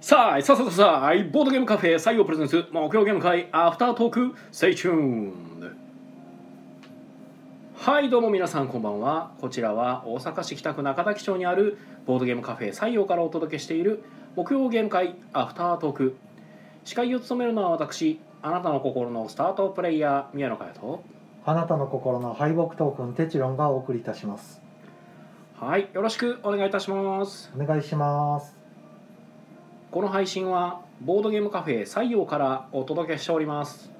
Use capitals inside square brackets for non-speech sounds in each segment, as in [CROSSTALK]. さあ、さあさあさあ、ボードゲームカフェ採用プレゼンツ、木曜ゲーム会アフタートーク、Stay tuned! はい、どうも皆さんこんばんは。こちらは大阪市北区中崎町にあるボードゲームカフェ採用からお届けしている木曜ゲーム会アフタートーク。司会を務めるのは私、あなたの心のスタートプレイヤー、宮野佳代と。あなたの心の敗北トークンテチロンがお送りいたしますはい、よろしくお願いいたします。お願いしますこの配信はボードゲームカフェ採用からお届けしております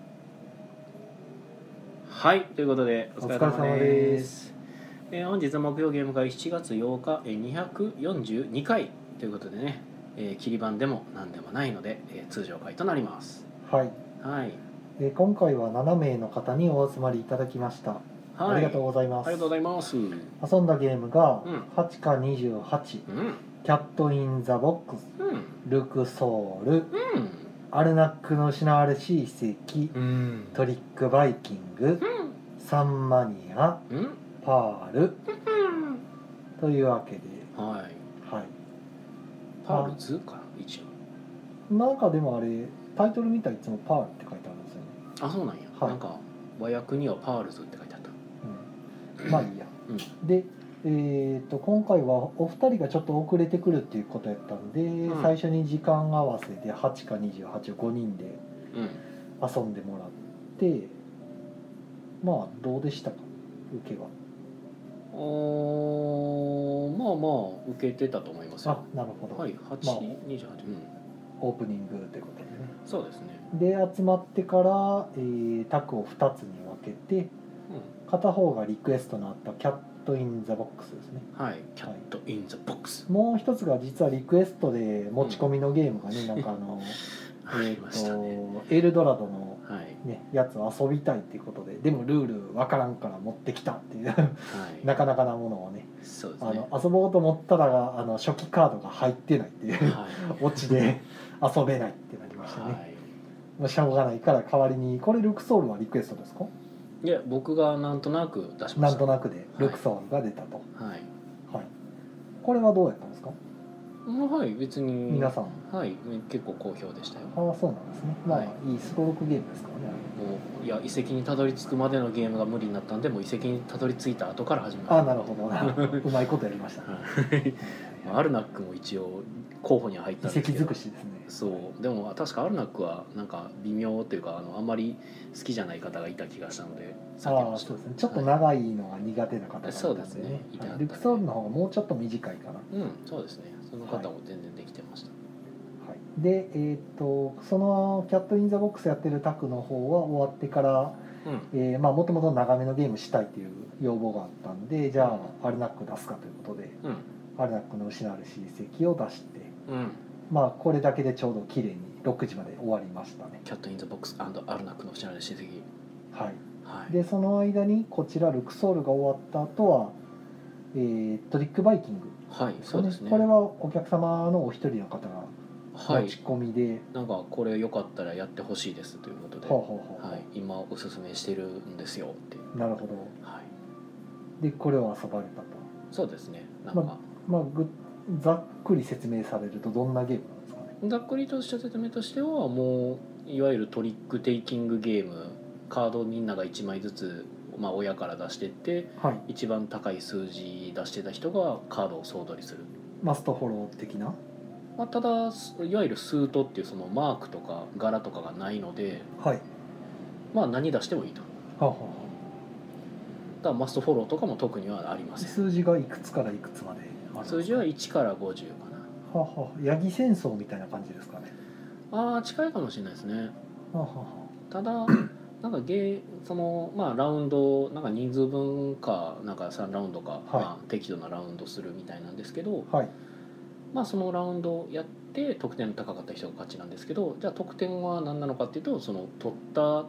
はいということでお疲れ様お疲れ様でですえー本日木曜ゲーム会7月8日えー242回ということでね、えー切り板でも何でもないので、えー通常回となりますはい、はい、えー今回は7名の方にお集まりいただきました、はい、ありがとうございますありがとうございますうん遊んだゲームがうん「8か28」「キャット・イン・ザ・ボックス」うん「ルク・ソウル」うん「アルナックの失われし遺跡」うん「トリック・バイキング」「サンマニア」うん「パールうん」というわけではいはいパールズかな一応なんかでもあれタイトル見たらいつも「パール」って書いてあるんですよね、あそうなんや、はいなんか和訳にはパールズって書いてあったうん、まあいいやうんで、えー、と今回はお二人がちょっと遅れてくるっていうことやったんで、ん最初に時間合わせで8か28を5人でうん遊んでもらってまあどうでしたか受けはおーまあまあ受けてたと思いますあよなるほど、はいまあ828、うんオープニングということでねそうですね、で集まってから、えー、タクを2つに分けて片方がリクエストのあった「キャット・イン・ザ・ボックス」ですねうん、はいキャット・イン・ザ・ボックスもう一つが実はリクエストで持ち込みのゲームがね、なんかあのありえまーしたねとエルドラドのはいね、やつを遊びたいっていうことででもルールわからんから持ってきたっていう [LAUGHS] はなかなかなものをねいそうですあねの遊ぼうと思ったらあの初期カードが入ってないっ [LAUGHS] ていうはいオチで遊べないってなりましたね、はいもうしょうがないから代わりにこれルクソールはリクエストですかいや僕がなんとなく出しまなしたんとなくでルクソールが出たと、はいはいこれはどうやったんですか、もうはい別に皆さんはい結構好評でしたよもああそうなんですねまあ、はいい、いストロークゲームですからねういや遺跡にたどり着くまでのゲームが無理になったんでもう遺跡にたどり着いた後から始めましたああなるほ [LAUGHS] どなうまいことやりましたねはいまあアルナックも一応候補には入ったん遺です跡けど尽くしですねそうでも確かアルナックはなんか微妙というかあのあんまり好きじゃない方がいた気がしたので避けあまあしそたうですねちょっと長いのが苦手な方がいたそんうですねいたはいルクソールの方がもうちょっと短いかな、はうんそうですねその方も全然できてました、い、でえーっとそのキャット・イン・ザ・ボックスやってるタクの方は終わってから、うんえーまあもともと長めのゲームしたいという要望があったんでじゃあアルナック出すかということでうんアルナックの失われし遺跡を出してうん、まあこれだけでちょうど綺麗に6時まで終わりましたねキャット・イン・ザ・ボックスアルナックの不知らない親戚はいはいでその間にこちらルクソールが終わった後は、えートリックバイキングはいそうですねこれはお客様のお一人の方がは持いち込みで、なんかこれよかったらやってほしいですということで、ほうほうほうはい、今おすすめしてるんですよっていうなるほどはいでこれを遊ばれたとそうですねなんか、ままあぐざっくり説明されるとどんなゲームなんですかねざっくりとした説明としてはもういわゆるトリックテイキングゲームカードをみんなが1枚ずつ、まあ、親から出してってはい一番高い数字出してた人がカードを総取りする、マストフォロー的なまあ、ただすいわゆるスートっていうそのマークとか柄とかがないので、はいはまあ、何出してもいいとだあはあはからマストフォローとかも特にはありまあせん数字がいくつからいくつまであるんですか数字はは1から50かなあはあヤギ戦争みたいな感じですかねあー近いかもしれないですねはあはあはただなんかゲーそのまあラウンドなんか人数分かなんか3ラウンドか、まあ、適度なラウンドするみたいなんですけど、あはいまあ、そのラウンドやって得点の高かった人が勝ちなんですけどじゃあ得点は何なのかっていうとその取った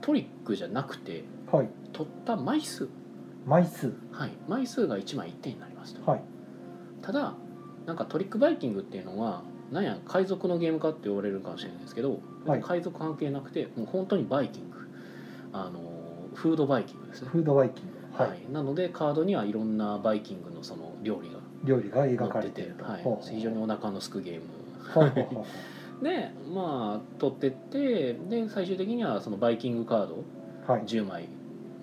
トリックじゃなくてはい取った枚数枚数はい枚数が1枚1点になりますと、はいただなんかトリックバイキングっていうのはなんや海賊のゲームかって言われるかもしれないんですけど、はい海賊関係なくてもう本当にバイキングあのフードバイキングですねフードバイキングはい、なのでカードにはいろんなバイキングのその料理が料理が描持かっれてててる、とはいほうほう、非常にお腹のすくゲームほうほうほうほでまあ取ってってで最終的にはそのバイキングカードうはい10枚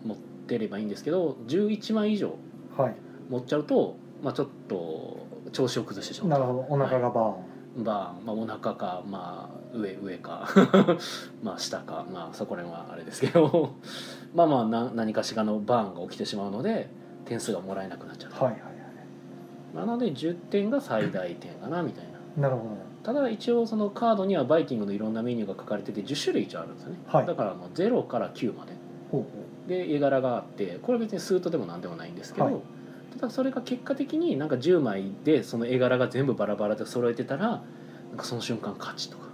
持ってればいいんですけど11枚以上はい持っちゃうと、まあ、ちょっと調子を崩してしまなうるほどお腹がバーン、まあ、まあ、お腹か、まあ、上上か [LAUGHS] まあ下か、まあ、そこら辺はあれですけど [LAUGHS] まあまあな何かしらのバーンが起きてしまうので点数がもらえなくなっちゃう、はい、はいはいなので10点が最大点かなみたいななるほただ一応そのカードにはバイキングのいろんなメニューが書かれてて10種類以上あるんですよね、はいだからもう0から9までどほうほで絵柄があってこれは別にスートでも何でもないんですけど、はいただそれが結果的になんか10枚でその絵柄が全部バラバラで揃えてたらなんかその瞬間勝ちとか、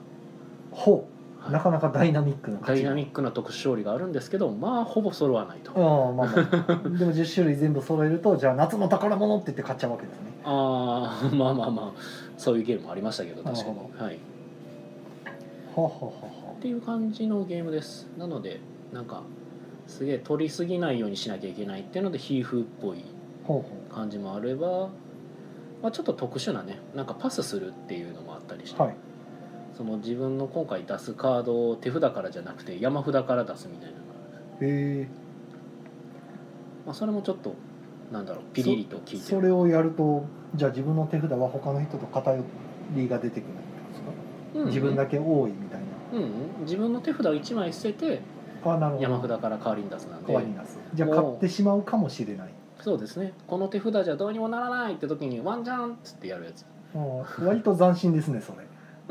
うほはういなかなかダイナミックなダイナミックックな特殊勝利があるんですけどまあほぼ揃わないと、うんまあまあでも10種類全部揃えるとじゃあ夏の宝物って言って買っちゃうわけですねああ [LAUGHS] まあまあまあそういうゲームもありましたけど確かなるに、はい、っほうほうほうほていう感じのゲームですなのでなんかすげえ取りすぎないようにしなきゃいけないっていうのでヒーフっぽいうほうほう感じもあれば、まあ、ちょっと特殊なねなんかパスするっていうのもあったりして、はいその自分の今回出すカードを手札からじゃなくて山札から出すみたいな、へまあ、それもちょっとなんだろうピリリと効いえてそるれをやるとじゃあ自分の手札は他の人と偏りが出てくるんですか、うんうん自分だけ多いみたいうんうん、自分の手札を1枚捨ててなあなるほど山札から代わりに出すなんで代わりに出すじゃあ買ってしまうかもしれないそうですねこの手札じゃどうにもならないって時にワンジャンっつってやるやつ、うん割と斬新ですねそれ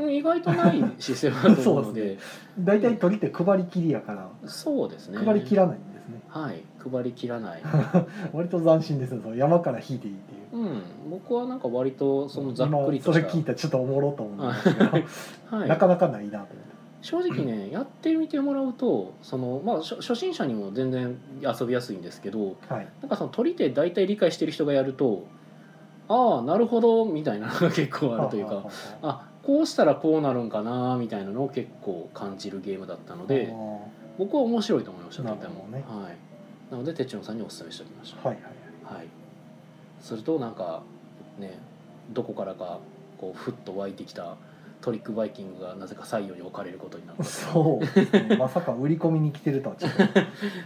うん、意外とない姿勢だと思うの [LAUGHS] そうで大体鳥って配りきりや [LAUGHS] からそうですね配りきらないんですねはい配りきらない [LAUGHS] 割と斬新ですねその山から引いていいっていううん僕はなんか割とそのざっくりとし今そたれ聞いたらちょっとおもろと思うんですけど、はい、なかなかないなと思って正直ねやってみてもらうとその、まあ、初初心者にも全然遊びやすいんですけどはいなんかその取り手大体理解してる人がやるとああなるほどみたいなのが結構あるというはかははあこうしたらこうなるんかなみたいなのを結構感じるゲームだったのであ僕は面白いと思いましたなとるてほども、ねはい、なのでてっちのさんにお勧めしておきましーはいはいた、はい、するとなんかねどこからかこうふっと湧いてきたトリックバイキングがなぜか採用に置かれることになったそうですねまさか売り込みに来てるとはちょっと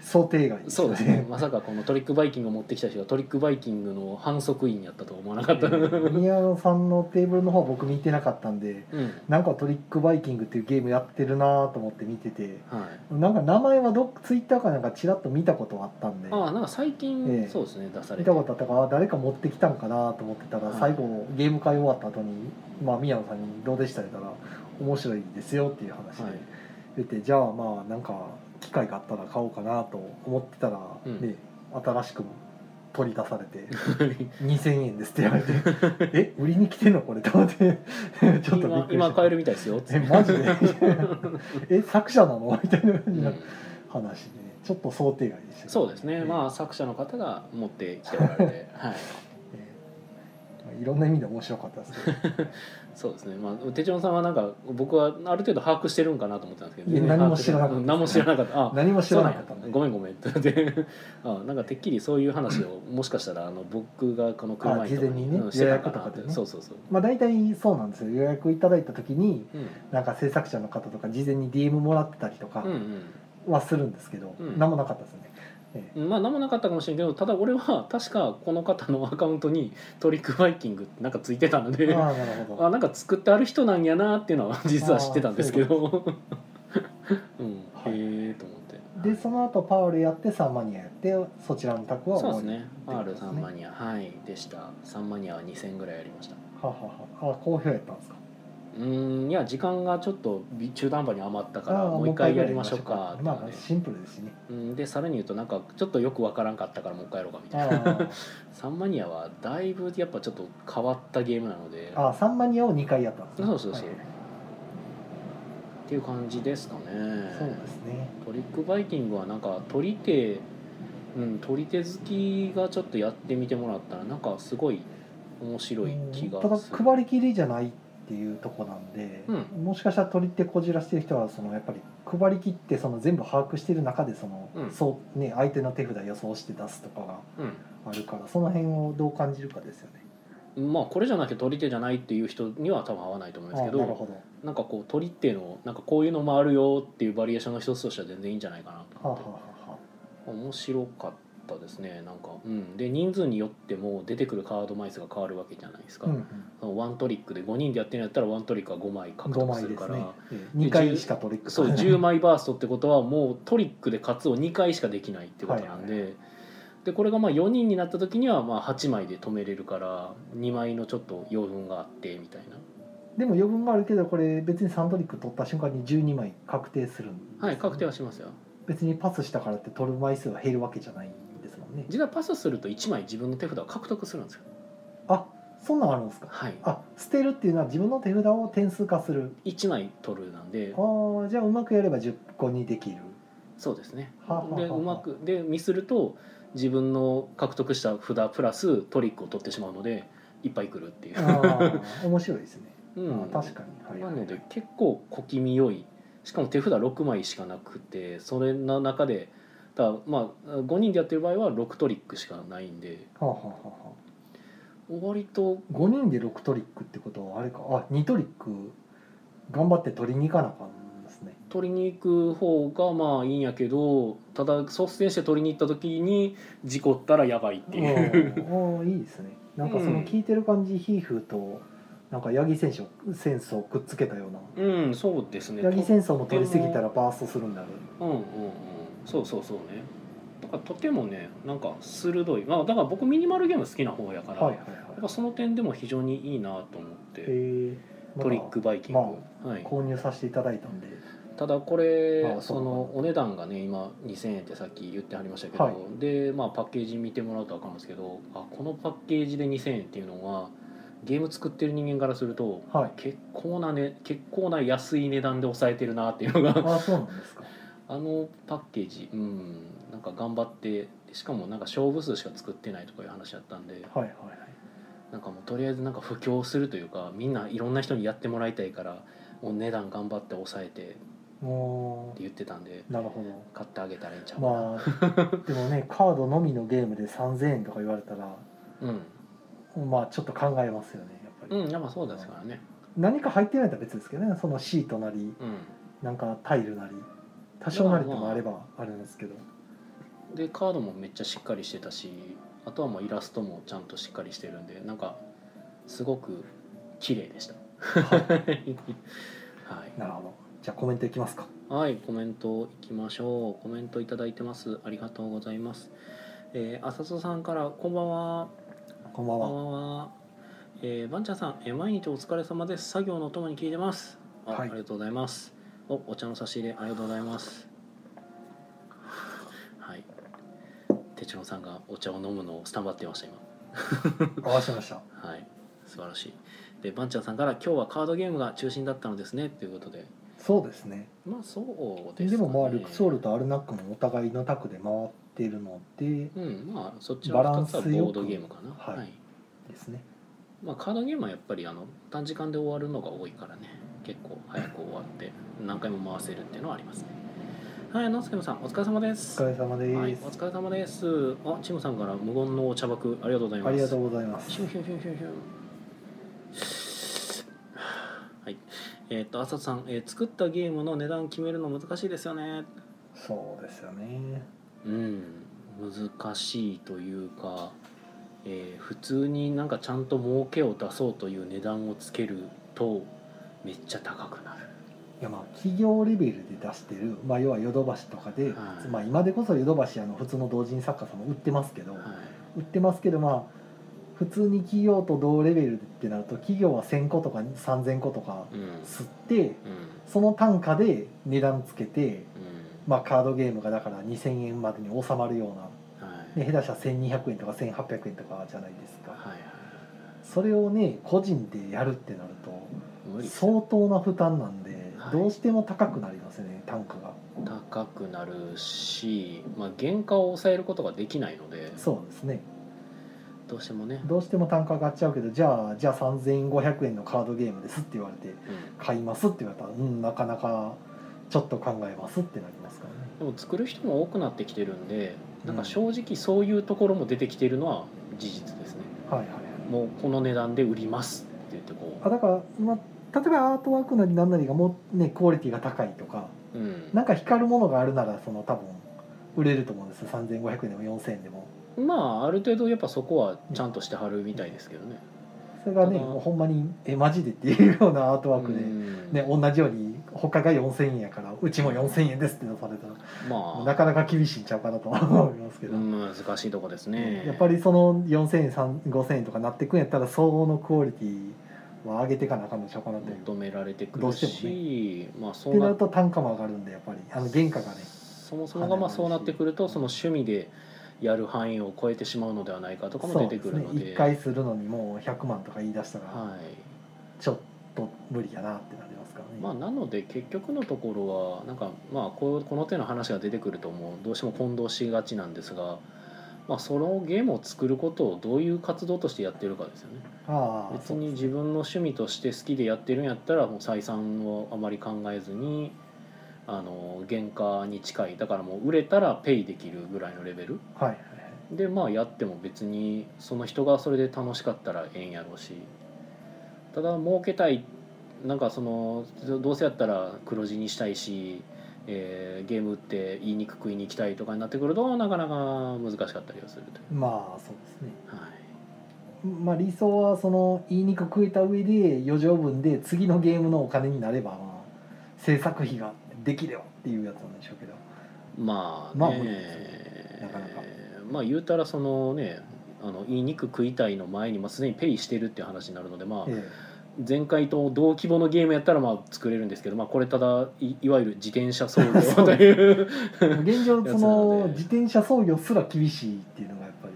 想定外でしたそうですね。 [LAUGHS] まさかこのトリックバイキングを持ってきた人がトリックバイキングの反則員やったとは思わなかった。うん。宮野さんのテーブルの方僕見てなかったんでなんかトリックバイキングっていうゲームやってるなと思って見ててはい。なんか名前はどっツイッターかなんかちらっと見たことはあったんでああ、なんか最え近えそうですね出され見てた。ことあったからあ誰か持ってきたんかなと思ってたらはい最後ゲーム会終わった後にまあ宮野さんに「どうでした?」って言ったら「面白いですよ」っていう話ではい。出てじゃあまあなんか機会があったら買おうかなと思ってたら、うんね新しく取り出されて [LAUGHS] 2,000円ですって言われて「え売りに来てんのこれ」と思って [LAUGHS] ちょっ今とびっくりした今買えるみたいですよ。え [LAUGHS] マジでえ作者なのみたいなうん話で、ちょっと想定外でした、そうですね。まあ作者の方が持ってきておられ [LAUGHS] て、はい。えーいろんな意味で面白かったですけ [LAUGHS] どそうですね。まあ手順さんはなんか僕はある程度把握してるんかなと思ったんですけど、いや全然何も知らなかったうん何も知らなかった。あ。何も知そらうななんかやったんでごめんごめんって [LAUGHS] であなんかてっきりそういう話をもしかしたらあの僕がこの車あ椅事子とか前にねうんしてたか予なっ約とかてでねそうそうそう、まあ大体そうなんですよ予約いただいた時にうん、なんか制作者の方とか事前に DM もらってたりとか、うんはするんですけど、うん何もなかったですね。ええうんまあ何もなかったかもしれんけどただ俺は確かこの方のアカウントにトリックバイキングってなんかついてたのでああなるほど。あなんか作ってある人なんやなっていうのは実は知ってたんですけど [LAUGHS] うんはへいえと思ってでその後パウルやってサンマニアやってそちらの卓はそうですり。ね R3 マニアはいでした3マニアは2000ぐらいやりましたはははあ好評やったんですか。うーんいや時間がちょっとび中途半端に余ったからああもう一回やりましょうかってまなあんまあでシンプルですしね。うんでさらに言うとなんかちょっとよくわからんかったからもう一回やろうかみたいなあサンマニアはだいぶやっぱちょっと変わったゲームなのであああサンマニアを二回やったんですね。そうそうそうはいっていう感じですかねそうですね。トリックバイキングはなんか取り手うん取り手好きがちょっとやってみてもらったらなんかすごい面白い気がただする配りきりじゃないっていうとこなんで、うもしかしたら取り手こじらしてる人はそのやっぱり配りきってその全部把握してる中でその、うんそうね相手の手札予想して出すとかがうんあるからその辺をどう感じるかですよね。まあこれじゃなきゃ取り手じゃないっていう人には多分合わないと思うんですけあなるどほどはなんかこう取り手のなんかこういうのもあるよっていうバリエーションの一つとしては全然いいんじゃないかなとあ、思はっあてはあは面白かったですねなんか、うん、で人数によっても出てくるカード枚数が変わるわけじゃないですあ、か、うんうん、そのワントリックで5人でやってるんやったらワントリックは5枚獲5得枚するでかすら、ねええ2回しか取れ [LAUGHS] そう10枚バーストってことはもうトリックで勝つを2回しかできないってことなんで、はでこれがまあ4人になった時にはまあ8枚で止めれるから2枚のちょっと余分があってみたいなでも余分があるけどこれ別にサンドリック取った瞬間に12枚確定するんですよねはい確定はしますよ別にパスしたからって取る枚数が減るわけじゃないんですもんね実はパスすると1枚自分の手札を獲得するんですよあそんなんあるんですかはいあ捨てるっていうのは自分の手札を点数化する1枚取るなんであーじゃあうまくやれば10個にできるそうですねはははでうまくでミスると自分の獲得した札プラストリックを取ってしまうのでいっぱい来るっていう、ああ面白いですね、うん、あ確かにはいなはいので結構小気味良いしかも手札6枚しかなくてそれの中でただまあ5人でやってる場合は6トリックしかないんではあはあはあは割とあ5人で6トリックってことはあれかあ2トリック頑張って取りに行かなあかんですね取りに行く方がまあいいんやけどただ率先して取りに行った時に事故ったらやばいっていうおーいいですねなんかその聞いてる感じ、ヒーフーとなんか八木選手をセンスをくっつけたようなうんそうですね八木戦争も取りすぎたらバーストするんだろうんうんうんそうそうそうねだからとてもねなんか鋭いまあだから僕ミニマルゲーム好きな方やから、うはいやはいはいっぱその点でも非常にいいなと思って、えトリックバイキング、はい、購入させていただいたんでただこあれあそそうなのんだお値段がね今2000円ってさっき言ってはりましたけど、はいで、まあ、パッケージ見てもらうと分かるんですけどあこのパッケージで2000円っていうのはゲーム作ってる人間からするとはい結構なね結構な安い値段で抑えてるなっていうの [LAUGHS] があそうなんですかあのパッケージうんなんか頑張ってしかもなんか勝負数しか作ってないとかいう話だったんではいはいはいなんかもうとりあえずなんか布教するというかみんないろんな人にやってもらいたいからもう値段頑張って抑えてっても言ってたんでうなるほど買ってあげたらいいんちゃうかな、まあでもね [LAUGHS] カードのみのゲームで3000円とか言われたらうんまあちょっと考えますよねやっぱり、うんいやまあそうですからね何か入ってないと別ですけどねそのシートなりうなんかタイルなり多少なりともあればあるんですけど、んでカードもめっちゃしっかりしてたしあとはもうイラストもちゃんとしっかりしてるんでなんかすごく綺麗でした [LAUGHS] はい、なるほどじゃあコメントいきますかはい、コメントいきましょうコメントいただいてますありがとうございますえー、浅戸さんからこんばんはこんばんこんはばんは。えー、ばんちゃんさん、えー毎日お疲れ様です。作業のともに聞いてます。あ、はいありがとうございます。お、お茶の差し入れ、ありがとうございます。はい。てちろんさんがお茶を飲むのをスタンバってました、今。合わせましたはい。素晴らしい。で、ばんちゃんさんから、今日はカードゲームが中心だったのですね、ということで。そうですねまあ、そうでですもまあルクソール。とアルナックもお互いのタクで回ってるのでうん、まあ、そっちバラのン二つスはよボくードゲームかな。はいですねまあ、カードゲームはやっぱりあの短時間で終わるのが多いからね結構早く終わって何回も回せるっていうのはありますねはいノンスケムさんお疲れ様でおす疲れ様です、はい、お疲れ様ですあチムさんから無言のお茶爆ありがとうございますありがとうございますヒュンヒュンヒュンヒュンヒュンはいえーっとあさとさん、えー作ったゲームの値段決めるの難しいですよねそうですよねうん難しいというか、えー普通になんかちゃんと儲けを出そうという値段をつけるとめっちゃ高くなるいやまあ企業レベルで出してる、まあ、要はヨドバシとかで、はいまあ、今でこそヨドバシあの普通の同人作家さんも売ってますけど、は売ってますけどまあ普通に企業と同レベルってなると企業は1,000個とか3,000個とかいうんうん吸ってその単価で値段つけて、まあ、カードゲームがだから2,000円までに収まるような、うんはいね、下手したら1,200円とか1,800円とかじゃないですかはいはいそれをね個人でやるってなると無理相当な負担なんで、はいどうしても高くなりますね単価が高くなるし、まあ、原価を抑えることができないのでそうですねどうしてもね、どうしても単価上がっちゃうけどじゃあじゃあ3500円のカードゲームですって言われてうん買いますって言われたらうんなかなかちょっと考えますってなりますからねでも作る人も多くなってきてるんでなんか正直そういうところも出てきてるのは事実ですね、はいはいはいもうこの値段で売りますって言ってこあだから、まあ、例えばアートワークなりなんなりがもうねクオリティが高いとかう、うん、なんか光るものがあるならその多分売れると思うんですよ3500円でも4000円でもまあある程度やっぱそこはちゃんとしてはるみたいですけどね。それがねただもうほんまにえマジでっていうようなアートワークで、うんね、同じように他が4000円やからうちも4000円ですって出されたらまなあかなか厳しいんちゃうかなとは思いますけど、うん難しいとこですね。やっぱりその4000円3 5000円とかなってくんやったら相応のクオリティは上げていかなあかんのちゃうかなという。求められてくどるうししてまもあっそうてななると単価も上がるんでやっぱりあの原価がねそもそもがまあそうなってくるとその趣味でやる範囲を超えてしまうのではないかとかも出てくるのそうで。ですね1回するのにもう100万とか言い出したらはいちょっと無理やなってなりますからね、まあ、なので結局のところはなんかまあこうこの手の話が出てくるともうどうしても混同しがちなんですが、まあ、そのゲームを作ることをどういう活動としてやってるかですよねああ別に自分の趣味として好きでやってるんやったらもう採算をあまり考えずにあの原価に近いだからもう売れたらペイできるぐらいのレベルはいはいでまあやっても別にその人がそれで楽しかったらええんやろうしただ儲けたいなんかそのどうせやったら黒字にしたいし、えーゲームって言いにくく言いに行きたいとかになってくるとなかなか難しかったりはするといまあそうですねう、はまあ理想はその言いにくく得た上で余剰分で次のゲームのお金になれば、まあ、制作費ができればっていうやつなんでしょうけどい、まあね、まあ無理ですねなかなかまあ言うたらそのねあの言いにくく食いたいの前に、まあ、すでにペイしてるっていう話になるのでまあ、え前回と同規模のゲームやったらまあ作れるんですけど、まあ、これただいいわゆる自転車操そ業うとですいうえ現状そやつなのので自転車操業すら厳しいっていうのがやっぱり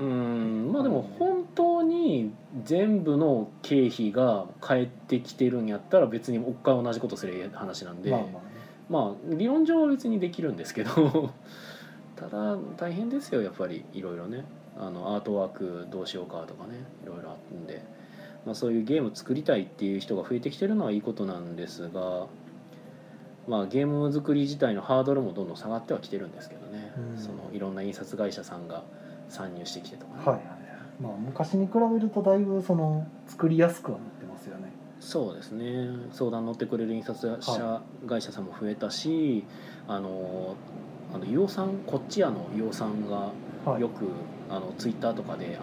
[LAUGHS] うんまあでも本当に全部の経費が返ってきてるんやったら別にもう一回同じことする話なんで、ままああまあね理論上は別にできるんですけど [LAUGHS] ただ大変ですよやっぱりいろいろねあのアートワークどうしようかとかねいろいろあるんで、まあ、そういうゲーム作りたいっていう人が増えてきてるのはいいことなんですが。まあ、ゲーム作り自体のハードルもどんどん下がってはきてるんですけどね、うんそのいろんな印刷会社さんが参入してきてとかね、はいはいはいまあ昔に比べるとだいぶその作りやすくはなってますよねそうですね相談乗ってくれる印刷社は会社さんも増えたし、あのあの伊さんこっちやの伊さんがはいよく、あのツイッターとかで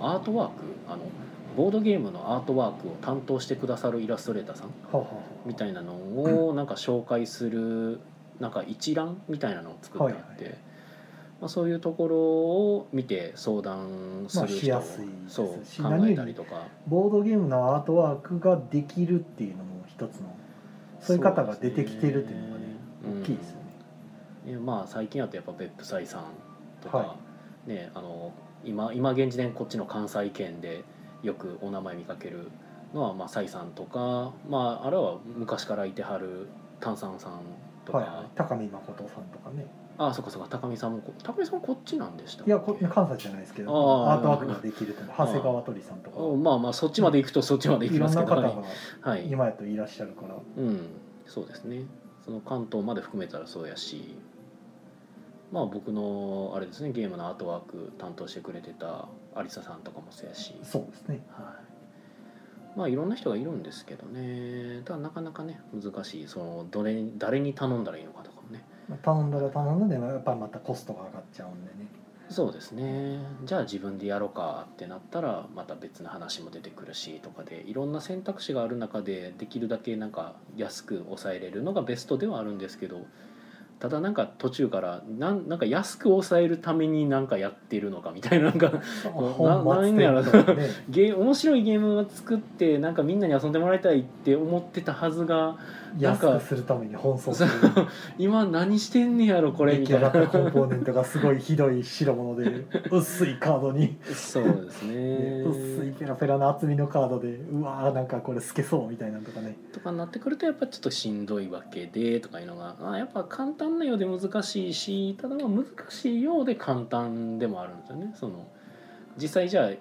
あのアートワークあのボードゲームのアートワークを担当してくださるイラストレーターさんはあはあはみたいなのをなんか紹介するなんか一覧みたいなのを作ってあって、はいはいまあ、そういうところを見て相談する人を、まあしやすいですそうし考何よりえたりとか。あボードゲームのアートワークができるっていうのも一つのそういう方が出てきてるっていうのがねそうですね大きいですよね、ねまあ最近だとやっぱ別府斎さんとか、はねあの今今現時点こっちの関西圏でよくお名前見かけるのはまあ斎さんとかまああれは昔からいてはる炭酸さんとか、はいはい、高見誠さんとかねああそっかそっか高見さんもこ高見さんこっちなんでしたっいけやこ関西じゃないですけどあーアートワークができるという長谷川鳥さんとかうんまあまあそっちまで行くとそっちまで行いきろまんすけなど、方がはいはい、今やといらっしゃるから、うんそうですねその関東まで含めたらそうやしまあ僕のあれですねゲームのアートワーク担当してくれてた有沙さんとかもそうやし、そうですねはい、まあいろんな人がいるんですけどねただなかなかね難しいそのどれに誰に頼んだらいいのかとかもねまあ頼んだら頼んだでやっぱりまたコストが上がっちゃうんでねそうですねじゃあ自分でやろうかってなったらまた別の話も出てくるしとかでいろんな選択肢がある中でできるだけなんか安く抑えれるのがベストではあるんですけどただなんか途中からなんなんか安く抑えるためになんかやってるのかみたいななんか本末なんやろ転倒ね [LAUGHS] ゲー面白いゲームを作ってなんかみんなに遊んでもらいたいって思ってたはずがなん安かくするために奔走する今何してんねやろこれ出み来た上いがなったコンポーネントがすごいひどい代物で [LAUGHS] 薄いカードに、そうです [LAUGHS] ねね薄いペラペラの厚みのカードでうわーなんかこれ透けそうみたいなのとかねとかになってくるとやっぱちょっとしんどいわけでとかいうのが、まあ、やっぱ簡単なようで難しいしただまあ難しいようで簡単でもあるんですよね。その実際じゃあい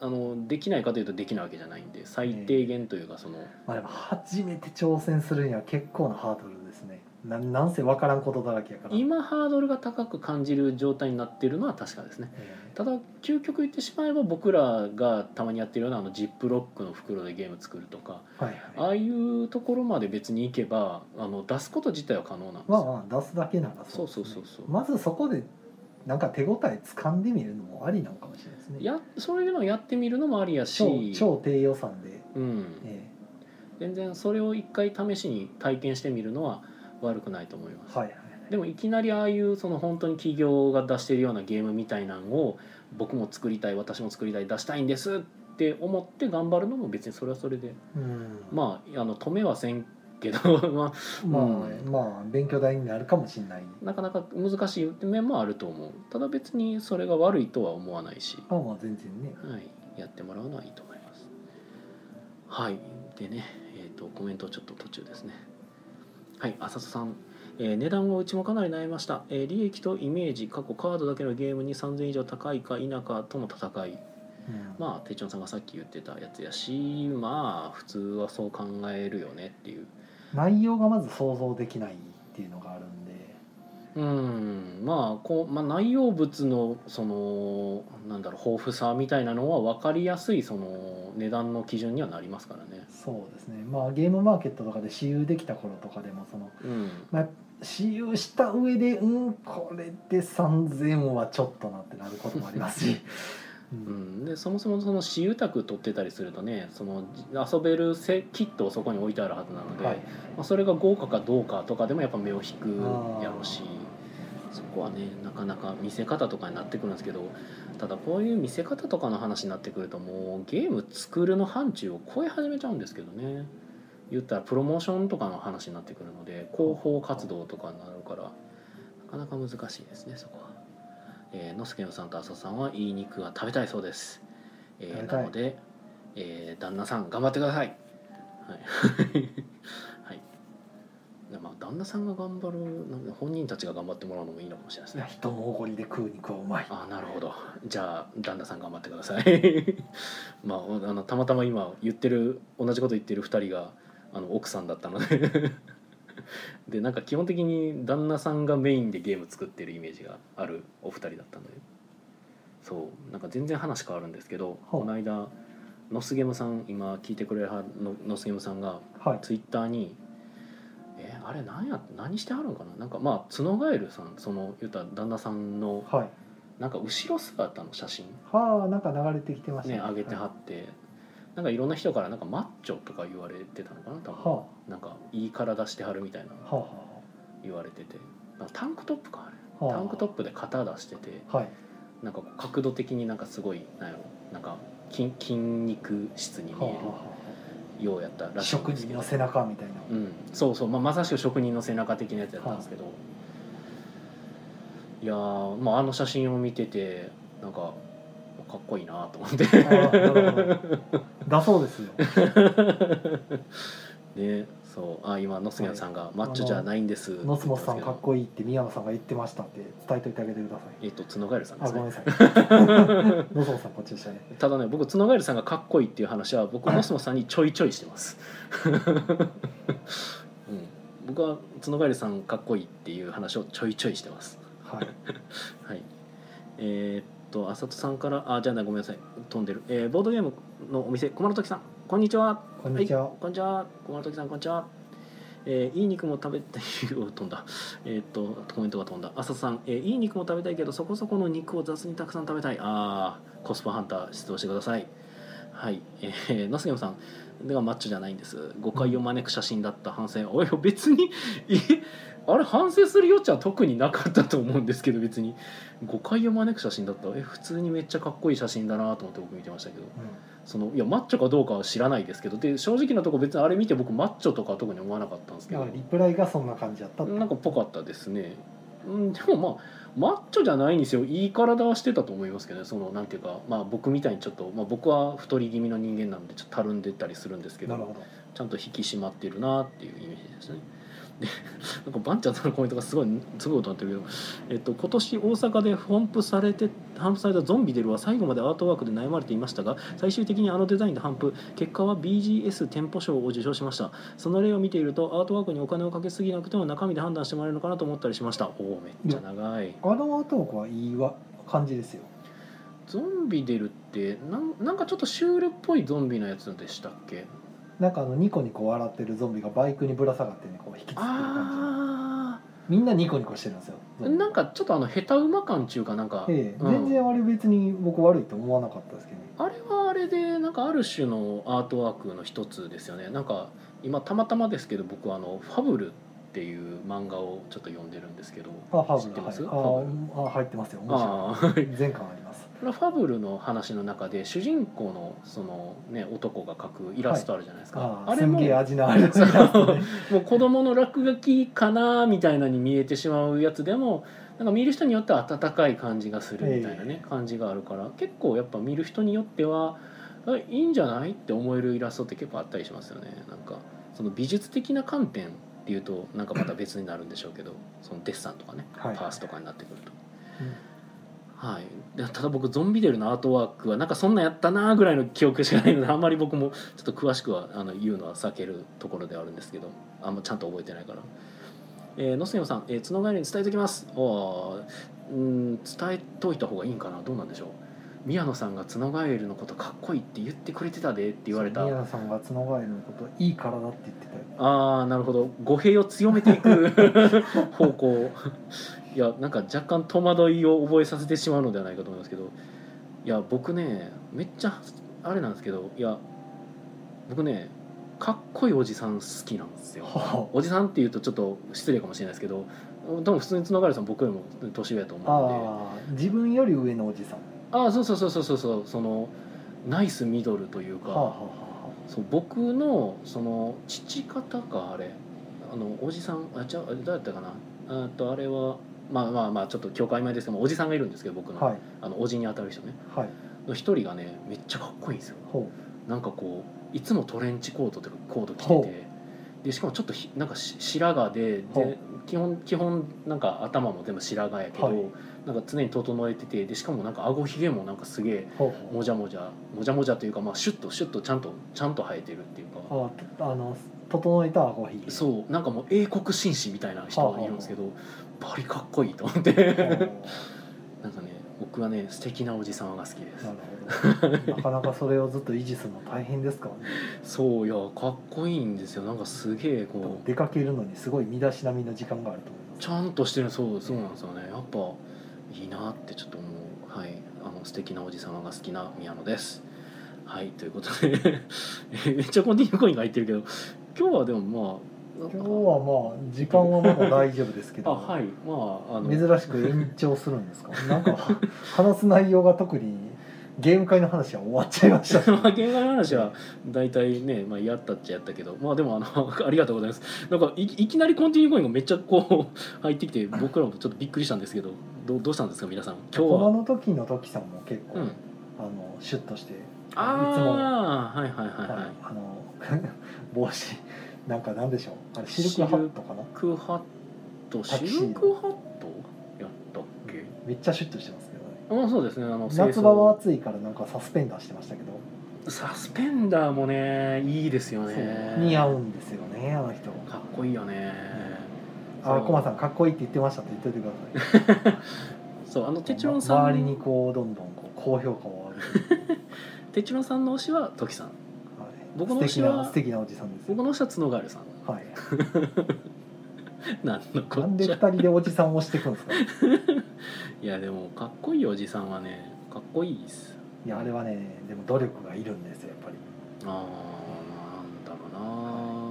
あのできないかというとできないわけじゃないんで最低限というかその、まあでも初めて挑戦するには結構なハードルですねななんせ分からんことだらけやから、今ハードルが高く感じる状態になってるのは確かですねえただ究極言ってしまえば僕らがたまにやってるようなあのジップロックの袋でゲーム作るとかーはいはいああいうところまで別に行けばあの出すこと自体は可能なんですまあよまあ出すだけならですそねうそうそうそうまずそこでなんか手応え掴んでみるのもありなのかもしれないですねやそういうのをやってみるのもありや超し超低予算で、うん、え全然それを一回試しに体験してみるのは悪くないと思いますー、はいはいでもいきなりああいうその本当に企業が出してるようなゲームみたいなのを僕も作りたい私も作りたい出したいんですって思って頑張るのも別にそれはそれでうんまああの止めはせんけど [LAUGHS] ままあ、うんまあ勉強代になるかもしれないあなかなか難しい面もあると思うただ別にそれが悪いとは思わないし、まあまあ全然ねはい、やってもらうのはいいと思いますはいでねえー、とコメントちょっと途中ですねはい浅田さん、えー値段はうちもかなり悩みました、えー利益とイメージ過去カードだけのゲームに3000以上高いか否かとの戦いうんまあ手帳さんがさっき言ってたやつやしまあ普通はそう考えるよねっていう内容がまず想像できないっていうのがあるんでうんまあこう、まあ、内容物のそのなんだろう豊富さみたいなのは分かりやすいその値段の基準にはなりますからね。そうですねまあゲームマーケットとかで私有できた頃とかでもその、うんまあ、私有した上でうんこれで3000はちょっとなってなることもありますし、ううんん、でそもそもその私有宅取ってたりするとねその遊べるせキットをそこに置いてあるはずなので、はいまあ、それが豪華かどうかとかでもやっぱ目を引くやろうしそこはねなかなか見せ方とかになってくるんですけどただこういう見せ方とかの話になってくるともうゲーム作るの範疇を超え始めちゃうんですけどね言ったらプロモーションとかの話になってくるので広報活動とかになるからなかなか難しいですねそこは。えー、のすけのさんとあささんは言い肉が食べたいそうです、食えべーたいなので、えー旦那さん頑張ってくださいはい [LAUGHS] はいでまあ旦那さんが頑張るなんで本人たちが頑張ってもらうのもいいのかもしれないですね人のおごりで食う肉はうまいあーなるほどじゃあ旦那さん頑張ってください [LAUGHS] まあおあのたまたま今言ってる同じこと言ってる2人があの奥さんだったので [LAUGHS] でなんか基本的に旦那さんがメインでゲーム作ってるイメージがあるお二人だったのでそうなんか全然話変わるんですけどほうこの間ノスゲムさん今聞いてくれるはのノスゲムさんがはいツイッターに「えあれ何や何してはるんかな?」なんかまあ角ガエルさんその言ったら旦那さんのはいなんか後ろ姿の写真はあなんか流れてきてましたね上げてははって、なんかいろんな人からなんかマッチョとか言われてたのかな多あ分、はなんかいい体してはるみたいなのあはあは言われててあタンクトップかあれあはあタンクトップで肩出しててはいなんかこう角度的になんかすごいなんやろなんか筋筋肉質に見はあえはるようやったあらしいん職ですけ人どの背中みたいなうん、そうそう、まあ、まさしく職人の背中的なやつやったんですけど、い、やー、まあ、あの写真を見ててなんかかっこいいなと思って [LAUGHS] あーなるほどだそうですよねそうあ今野杉野さんが、マッチョじゃないんです」ノスモスさんかっいこいいって宮野さんが言ってましたって伝えといてあげてください。いえっと角ガエルさんであ、すごめんね [LAUGHS] なさい。ノスモスさんこっちでしたね。ただね僕角ガエルさんがかっこいいっていう話は僕ノスモスさんにちょいちょいしてます、 [LAUGHS] うん、僕は角ガエルさんかっこいいっていう話をちょいちょいしてますはい。はいえーっと浅戸さんからあじゃあねごめんなさい飛んでる、えーボードゲームのお店駒の時さんこんにちはこんにちは。こんにちは。小丸時さん、こんにちは。えーいい肉も食べたいお飛んだ。えーっと、コメントが飛んだ。浅田さん、えーいい肉も食べたいけど、そこそこの肉を雑にたくさん食べたい。あーコスパハンター出動してください。はい、えー、ナスゲムさん、ではマッチョじゃないんです。誤解を招く写真だった反省。おい、別に、え、あれ、反省する余地は特になかったと思うんですけど、別に。誤解を招く写真だった。え、普通にめっちゃかっこいい写真だなと思って僕見てましたけど。そのいやマッチョかどうかは知らないですけどで正直なとこ別にあれ見て僕マッチョとかは特に思わなかったんですうけん。だどからリプライがそんな感じだったって。なんかぽかったですねうんでもまあマッチョじゃないんですよいい体はしてたと思いますけどねそのなんていうか、まあ、僕みたいにちょっと、まあ、僕は太り気味の人間なんでちょっとたるんでったりするんですけどなるほど。ちゃんと引き締まってるなっていうイメージですね [LAUGHS] なんかバンちゃんさんのコメントがすごいすごいことになってるけど、えっと、今年大阪で頒布されて頒布された「ゾンビ出る」は最後までアートワークで悩まれていましたが最終的にあのデザインで頒布結果は BGS 店舗賞を受賞しましたその例を見ているとアートワークにお金をかけすぎなくても中身で判断してもらえるのかなと思ったりしましたおおめっちゃ長い、あの後の子はいいわ感じですよゾンビ出るってなんなんかちょっとシュールっぽいゾンビのやつでしたっけなんかあのニコニコ笑ってるゾンビがバイクにぶら下がってねこう引きつってる感あじみんなニコニコしてるんですよーなんかちょっとあの下手馬感中かなんか、ええうん全然あれ別に僕悪いと思わなかったですけどねあれはあれでなんかある種のアートワークの一つですよねなんか今たまたまですけど僕あの「ファブル」っていう漫画をちょっと読んでるんですけどあハーブ知ってますはい、ファブルああ入ってますよ面白ああい前巻ありますこれはファブルの話の中で主人公のその、ね、男が描くイラストあるじゃないですか、あああれすんもげえ味のある [LAUGHS] やつねもう子供の落書きかなみたいなに見えてしまうやつでもなんか見る人によっては温かい感じがするみたいなね、感じがあるから結構やっぱ見る人によってはあいいんじゃないって思えるイラストって結構あったりしますよねなんかその美術的な観点っていうとなんかまた別になるんでしょうけどそのデッサンとかねパはいースとかになってくると。はい、でただ僕ゾンビデルのアートワークはなんかそんなんやったなぐらいの記憶しかないのであんまり僕もちょっと詳しくはあの言うのは避けるところではあるんですけどあんまちゃんと覚えてないから。えー、のすよさん、えー、角帰りに伝えておきますおうん伝えといた方がいいんかなどうなんでしょう宮野さんが角ガエルのことかっこいいって言ってくれてたでって言われた宮野さんが角ガエルのこといい体って言ってたよああなるほど語弊を強めていく方向いやなんか若干戸惑いを覚えさせてしまうのではないかと思いますけどいや僕ねめっちゃあれなんですけどいや僕ねかっこいいおじさん好きなんですよはおじさんっていうとちょっと失礼かもしれないですけど多分普通に角がるさん僕よりも年上やとあ思うんでああ自分より上のおじさんああそうそうそうそうそうそうそのナイスミドルというか、はあ、はあはそう僕のその父方かあれあのおじさんあじゃあ誰だったかなあとあれはまあまあまあちょっと境界前ですけどもおじさんがいるんですけど僕あの,、ははいあのおじに当たる人ねはいの一人がねめっちゃかっこいいんですよほなんかこういつもトレンチコートというかコート着てほてでしかもちょっとひなんかし白髪でほで基本基本なんか頭も全部白髪やけど、はいなんか常に整えててでしかもなんか顎ひげもなんかすげえうほうほもじゃもじゃもじゃもじゃというか、まあ、シュッとシュッとちゃんとちゃんと生えてるっていうかうああの整えたアゴヒゲうそうなんかもう英国紳士みたいな人がいるんですけどバリかっこいいと思ってなんかね僕はね素敵なおじさんが好きでなするほど [LAUGHS] なかなかそれをずっと維持するの大変ですからねそういやかっこいいんですよなんかすげえこう出かけるのにすごい身だしなみの時間があると思いますちゃんとしてるそうそうなんですよねやっぱいいなってちょっと思うはいあの素敵なおじさまが好きな宮野ですはいということで [LAUGHS] えめっちゃコンティニューコインが入ってるけど今日はでもまあ今日はまあ時間はまだ大丈夫ですけ [LAUGHS] どあはいまああの珍しく延長するんですか [LAUGHS] なんか話す内容が特にゲーム会の話は終わっちゃいまし [LAUGHS] たまあ、現場の話は大体ね、まあ、やったっちゃやったけどまあでもあの [LAUGHS] ありがとうございますなんかいいきなりコンティニューコインがめっちゃこう [LAUGHS] 入ってきて僕らもちょっとびっくりしたんですけどどうどうしたんですか皆さん今日駒は、の時の時さんも結構、うん、あのシュッとしてああはいはいはいいつも、はいあの [LAUGHS] 帽子なんかなんでしょうあれシルクハットかなシルクハットタシキルシードクハットやったっけめっちゃシュッとしてますけどねあそうですねあの夏場は暑いからなんかサスペンダーしてましたけど、サスペンダーもねいいですよねそう似合うんですよねあの人かっこいいよねあそうコマさんかっこいいって言ってましたって言っておいてくださいそうあのテチロンさん周りにこうどんどんこう高評価を上げて、テチロンさんの推しはトキさんはい、僕の推しは素敵な素敵なおじさんですよ僕の推しは角ガールさんはい、なんのこなんっでち二ゃ人でおじさんをしていくんですかいいやでもかっこいいおじさんはねかっこいいっすやあれはねでも努力がいるんですよやっぱりあーなんだろうな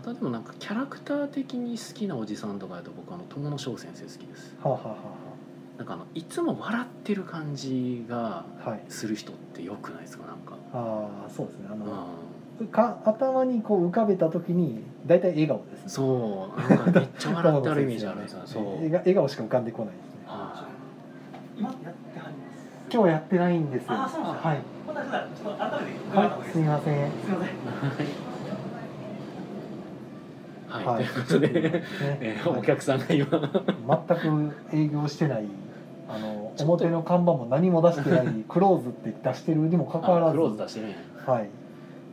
あとはでもなんかキャラクター的に好きなおじさんとかやと僕あの友野翔先生好きですはあ、はなんかあのいつも笑ってる感じがあはあ、はいする人ってよくないですかなんかああそうですねあの、うか頭にこう浮かべた時に大体笑顔でんすねそうなんかめっちゃ笑ってあるイメージあるんですよ [LAUGHS] そそううですはねい笑笑顔しか浮かんでこないですね今やってはります。今日やってないんですよあそうなんですかはい、ほんならちょっと改めて伺ったは方がいい、いすですみか。ませんすみません。はいはい、はいということで、 [LAUGHS] えねーお客さんが今全く営業してないあのちょっと表の看板も何も出してない [LAUGHS] クローズって出してるにもかかわらあずクローズ出してるんやはい、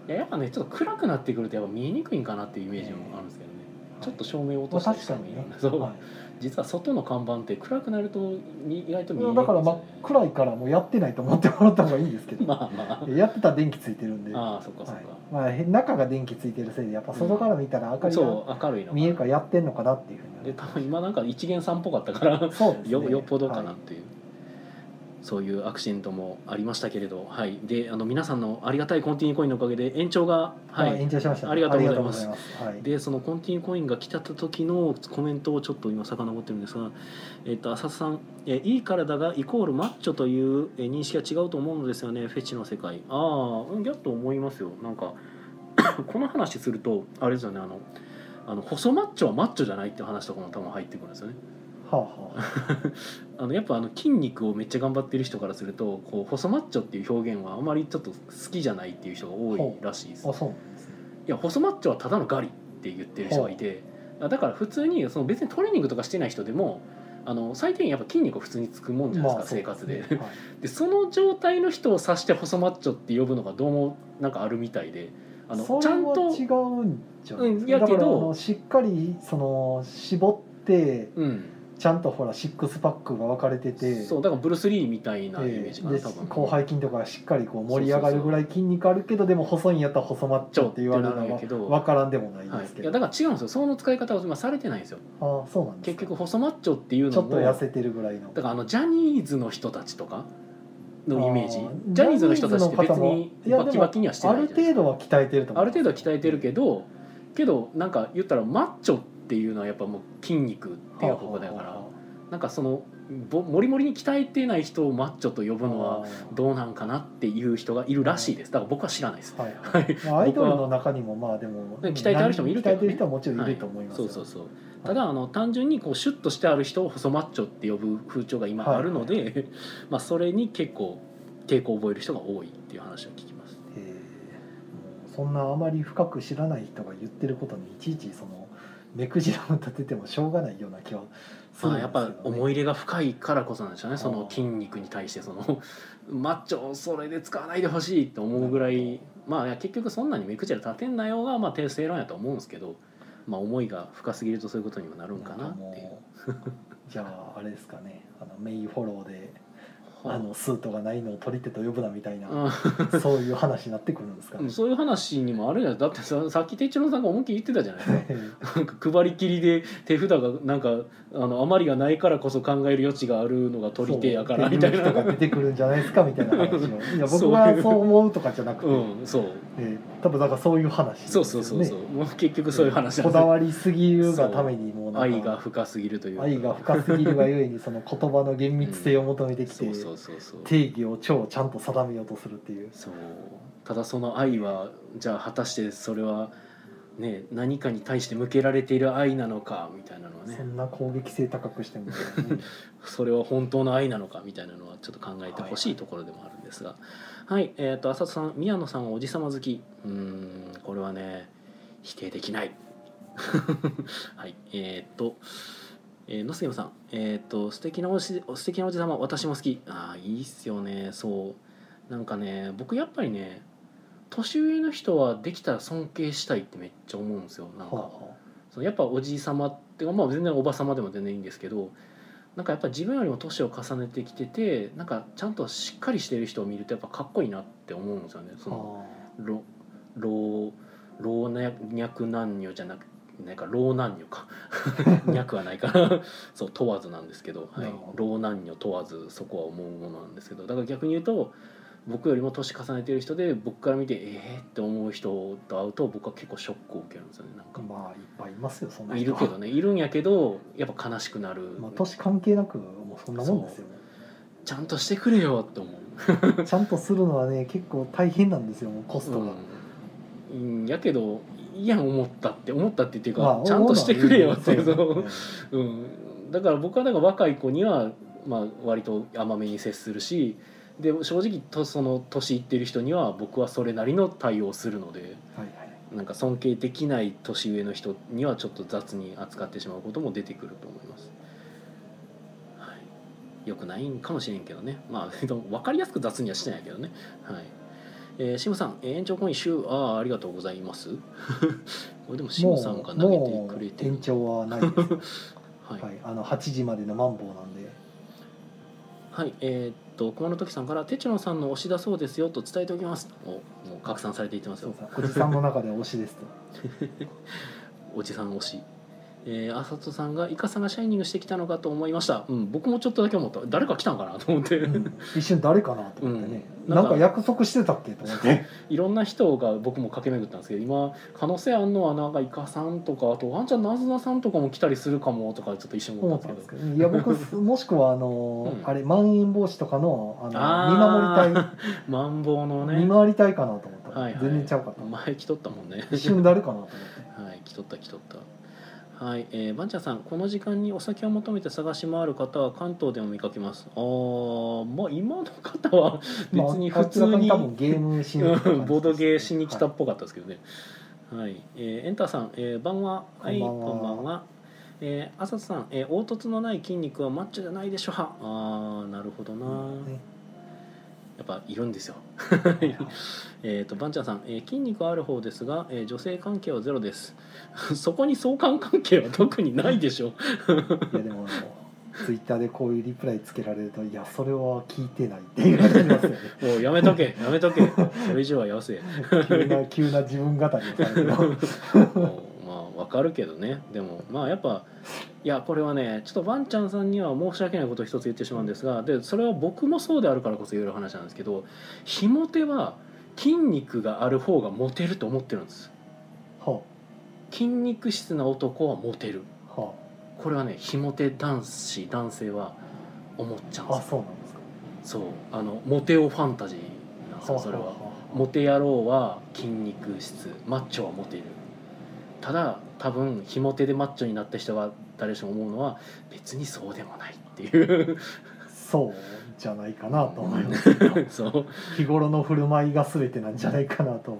いややっぱねちょっと暗くなってくるとやっぱ見えにくいんかなっていうイメージもあるんですけどね、ちょっと照明を落としたりしてもいいよねまあ確かにねそう、は実は外の看板って暗くなるとに意外と見えにくいい、んだですよねから真っ暗いからもうやってないと思ってもらった方がいいんですけ [LAUGHS] ど、まあまやってたら電気ついてるんで、あああそっかそっかはい、まあ、へ中が電気ついてるせいでやっぱ外から見たら明かりがそう明るいの見えるかららやってんのかなっていうふうになでる多分今なんか一元さんっぽかったからそうですねよよっぽどかなはっいていう、そういうアクシデントもありましたけれど、はい、であの皆さんのありがたいコンティニューコインのおかげで延長が、はあい、延長しましたねありがとうございますありがとうございますはいでそのコンティニューコインが来た時のコメントをちょっと今遡ってるんですが、えっと浅田さんえ「いい体がイコールマッチョというえ認識が違うと思うのですよねフェチの世界」ああうんギャッと思いますよなんか [COUGHS] この話するとあれですよねあのあの細マッチョはマッチョじゃないっていう話とかも多分入ってくるんですよねはあはああのやっぱあの筋肉をめっちゃ頑張ってる人からするとこう細マッチョっていう表現はあまりちょっと好きじゃないっていう人が多いらしいですあそうなんですねいや細マッチョはただのガリって言ってる人がいてだから普通にその別にトレーニングとかしてない人でもあの最低限やっぱ筋肉は普通につくもんじゃないですか、生活でそうすねはいでその状態の人を指して細マッチョって呼ぶのがどうもなんかあるみたいで [LAUGHS] あのそちれゃんはと違うんじゃないですうんやけどだからあのしっかりその絞ってうんちゃんとほらシックスパックが分かれててそうだからブルース・リーみたいなイメーでジかな、で多分広背筋とかしっかりこう盛り上がるぐらい筋肉あるけどでも細いんやったら細マッチョって言われるちょのってなるけどは分からんでもないはでいす、いけやど、だから違うんですよその使い方は今されてないんですよああそうなんです結か局細マッチョっていうちのょっもと痩せてるぐらいのだからあのジャニーズの人たちとかのイメージあージャニーズの人たちって別ジャニにーズの方もいやバキバキにはしてあないるじゃない程度は鍛えてると思あうる程度は鍛えてるけどどけどなんか言ったらマッチョっていうのはやっぱもう筋肉っていうことだからなんかそのぼもりもりに鍛えてない人をマッチョと呼ぶのはどうなんかなっていう人がいるらしいですだから僕は知らないですはいはいまあアイドルの中にもまあでも鍛えてある人もいるけどね鍛えてる人はもちろんいると思いますそようそうそうただあの単純にこうシュッとしてある人を細マッチョって呼ぶ風潮が今あるので、 [LAUGHS] まあそれに結構抵抗を覚える人が多いっていう話を聞きますえーもうそんなあまり深く知らない人が言ってることにいちいちその目くじらを立ててもしょうがないような気はするんまであ、すやっけど、ねぱ思い入れが深いからこそなんでしょうねあーその筋肉に対してその [LAUGHS] マッチョをそれで使わないでほしいと思うぐらなるいまあいや結局そんなに目くじら立てんなようがまあ正論やと思うんですけど、まあ、思いが深すぎるとそういうことにもなるんかなっていう。なんかもう [LAUGHS] じゃああれですかねあのメインフォローではあのスートがないのを取り手と呼ぶなみたいな、 [LAUGHS] うんそういう話になってくるんですかうねん。そういう話にもあるじゃないだってささっき手一郎さんが思いっきり言ってたじゃないですかなんか配りきりで手札がなんかあの余りがないからこそ考える余地があるのが取り手やからみたいなそう手に人が出てくるんじゃないですかみたいな話 [LAUGHS] をいやそう僕がそう思うとかじゃなくて、うんそうえー多分だからそういう話ですそようねそうそうそう、もう結局そういう話なんこですだよわりすぎるがためにもうなんか愛が深すぎるというか愛が深すぎるがゆえにその言葉の厳密性を求めてきて、そうそうそうそう定義を超ちゃんと定めようとするっていうそうただその愛はじゃあ果たしてそれはね何かに対して向けられている愛なのかみたいなのはねそんな攻撃性高くして [LAUGHS] もね、それは本当の愛なのかみたいなのはちょっと考えてほしいところでもあるんですがはい、えっ、と浅田さん宮野さんはおじさま好きうーんこれはね否定できない [LAUGHS] はいえっ、とえー、のすけもさん、えっ、と、素敵なおし、素敵なおじさま、私も好き。ああ、いいっすよね。そう。なんかね、僕やっぱりね。年上の人はできたら尊敬したいってめっちゃ思うんですよ。なんか。はあはそのやっぱおじい様っていうかまあ全然おば様でも全然いいんですけどなんかやっぱ自分よりも年を重ねてきててなんかちゃんとしっかりしている人を見るとやっぱかっこいいなって思うんですよね。そあの老老老若男女じゃなくなんか老男女か [LAUGHS] 脈はない [LAUGHS] からそう問わずなんですけど、はないるほ、ど老男女問わずそこは思うものなんですけどだから逆に言うと僕よりも年重ねてる人で僕から見てえーって思う人と会うと僕は結構ショックを受けるんですよねなんか。まあいっぱいいますよそんな人いるけどねいるんやけどやっぱ悲しくなる、まあ、年関係なくもうそんなもんですよねちゃんとしてくれよって思う、ちゃんとするのはね結構大変なんですよもうコストが、うん、やけどいいやん思ったって思ったってっていうか、まあちゃんとしてくれよっていうそうそでうすねうん、だから僕はだから若い子には、まあ、割と甘めに接するしで正直とその年いってる人には僕はそれなりの対応をするのではいはいなんか尊敬できない年上の人にはちょっと雑に扱ってしまうことも出てくると思います。はい、よくないんかもしれんけどね、まあ、で [LAUGHS] も分かりやすく雑にはしてないけどね。はいえー、シムさん、えー延長今週あーありがとうございます。 [LAUGHS] これでもシムさんが投げてくれてもうる延。長はないですよはいはい、あの8時までのマンボウなんではい、えーっと熊野時さんから「テチロンさんの推しだそうですよ」と伝えておきますおもう拡散されていってますそうよさおじさんの中では推しですとおじさん推しえー、あさとさんが「イカさんがシャイニングしてきたのかと思いました」うん僕もちょっとだけ思った誰か来たんかなと思って、うん一瞬誰かなと思ってね、うんななんんかか約束してたっけと思って [LAUGHS] いろんな人が僕も駆け巡ったんですけど今可能性あんのはなんかイカさんとかあとワンちゃんナズナさんとかも来たりするかもとかちょっと一瞬思思っったたんんでですすけけどいや僕すもしくはあのー、うんあれまん延防止とかのああーの見守りどマンボウの隊、ね、見回り隊かなと思ったら、はいはい、全然ちゃうかった前来とったもん [LAUGHS] ね一瞬誰かなと思ってはい、来とった来とった。はい、えー、ばんちゃんさん、この時間にお酒を求めて探し回る方は関東でも見かけます。ああ、まあ、今の方は別に普通まあ明らかに。多分ゲームしに来た感じですうんボードゲーしに来たはっぽかったですけどね。はい、えーエンターさん、えー、晩は、はい、ここんんばんはばんは。えー、浅田さん、えー、凹凸のない筋肉はマッチョじゃないでしょは。ああ、なるほどな。いねやっぱいるんですよ。えー、とバンちゃんさん、えー筋肉はある方ですが、えー女性関係はゼロです [LAUGHS] そこに相関関係は特にないでしょいやでもツイッターでこういうリプライつけられると「いやそれは聞いてない」って言われま [LAUGHS] すよねもうやめとけやめとけそれ以上はよせ急な急な自分語りを [LAUGHS] されてももうまあわかるけどねでもまあやっぱいやこれはねちょっとバンちゃんさんには申し訳ないことを一つ言ってしまうんですがでそれは僕もそうであるからこそ言える話なんですけどひも手は筋肉がある方がモテると思ってるんですは筋肉質な男はモテるあはこれはねひも手男子男性は思っちゃうんあであすそうなんですかそうあのモテオファンタジーなんですよそれはモテ野郎は筋肉質マッチョはモテるただ多分ひも手でマッチョになった人が誰しも思うのは別にそうでもないっていうそうじゃないかなと思いますけど [LAUGHS] そう日頃の振る舞いが全てなんじゃないかなと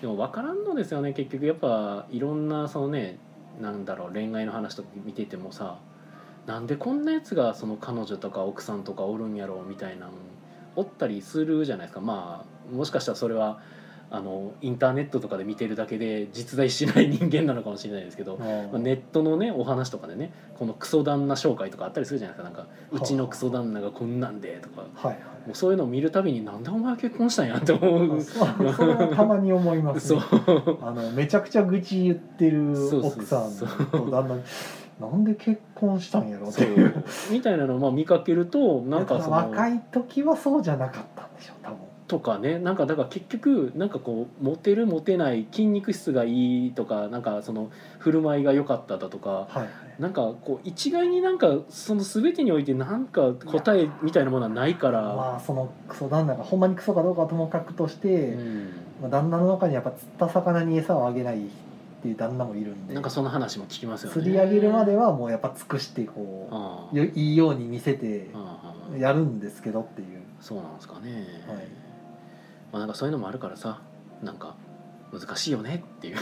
でも分からんのですよね結局やっぱいろんなそのねなんだろう恋愛の話とか見ててもさなんでこんなやつがその彼女とか奥さんとかおるんやろうみたいなんおったりするじゃないですかまあもしかしたらそれはあのインターネットとかで見てるだけで実在しない人間なのかもしれないですけど、まあネットのねお話とかでねこのクソ旦那紹介とかあったりするじゃないですかなんかうちのクソ旦那がこんなんでとかはいはいもう [LAUGHS] そういうのを見るたびになんでお前は結婚したんやって思うそうそれはたまに思います、そね、うあのめちゃくちゃ愚痴言ってるそうそうそう奥さんと旦那になんで結婚したんやろっそていううみたいなのをまあ見かけるとなんかその若い時はそうじゃなかったんでしょう多分とかねなんかだから結局なんかこうモテるモテない筋肉質がいいとかなんかその振る舞いが良かっただとかはいはいなんかこう一概になんかその全てにおいてなんか答えみたいなものはないから、まあそのクソ旦那がほんまにクソかどうかはともかくとしうて、ん、まあ、旦那の中にやっぱ釣った魚に餌をあげないっていう旦那もいるんでなんかその話も聞きますよね釣り上げるまではもうやっぱ尽くしてこああうよいいように見せてああやるんですけどっていうそうなんですかね、はいまあなんかそういうのもあるからさなんか難しいよねっていう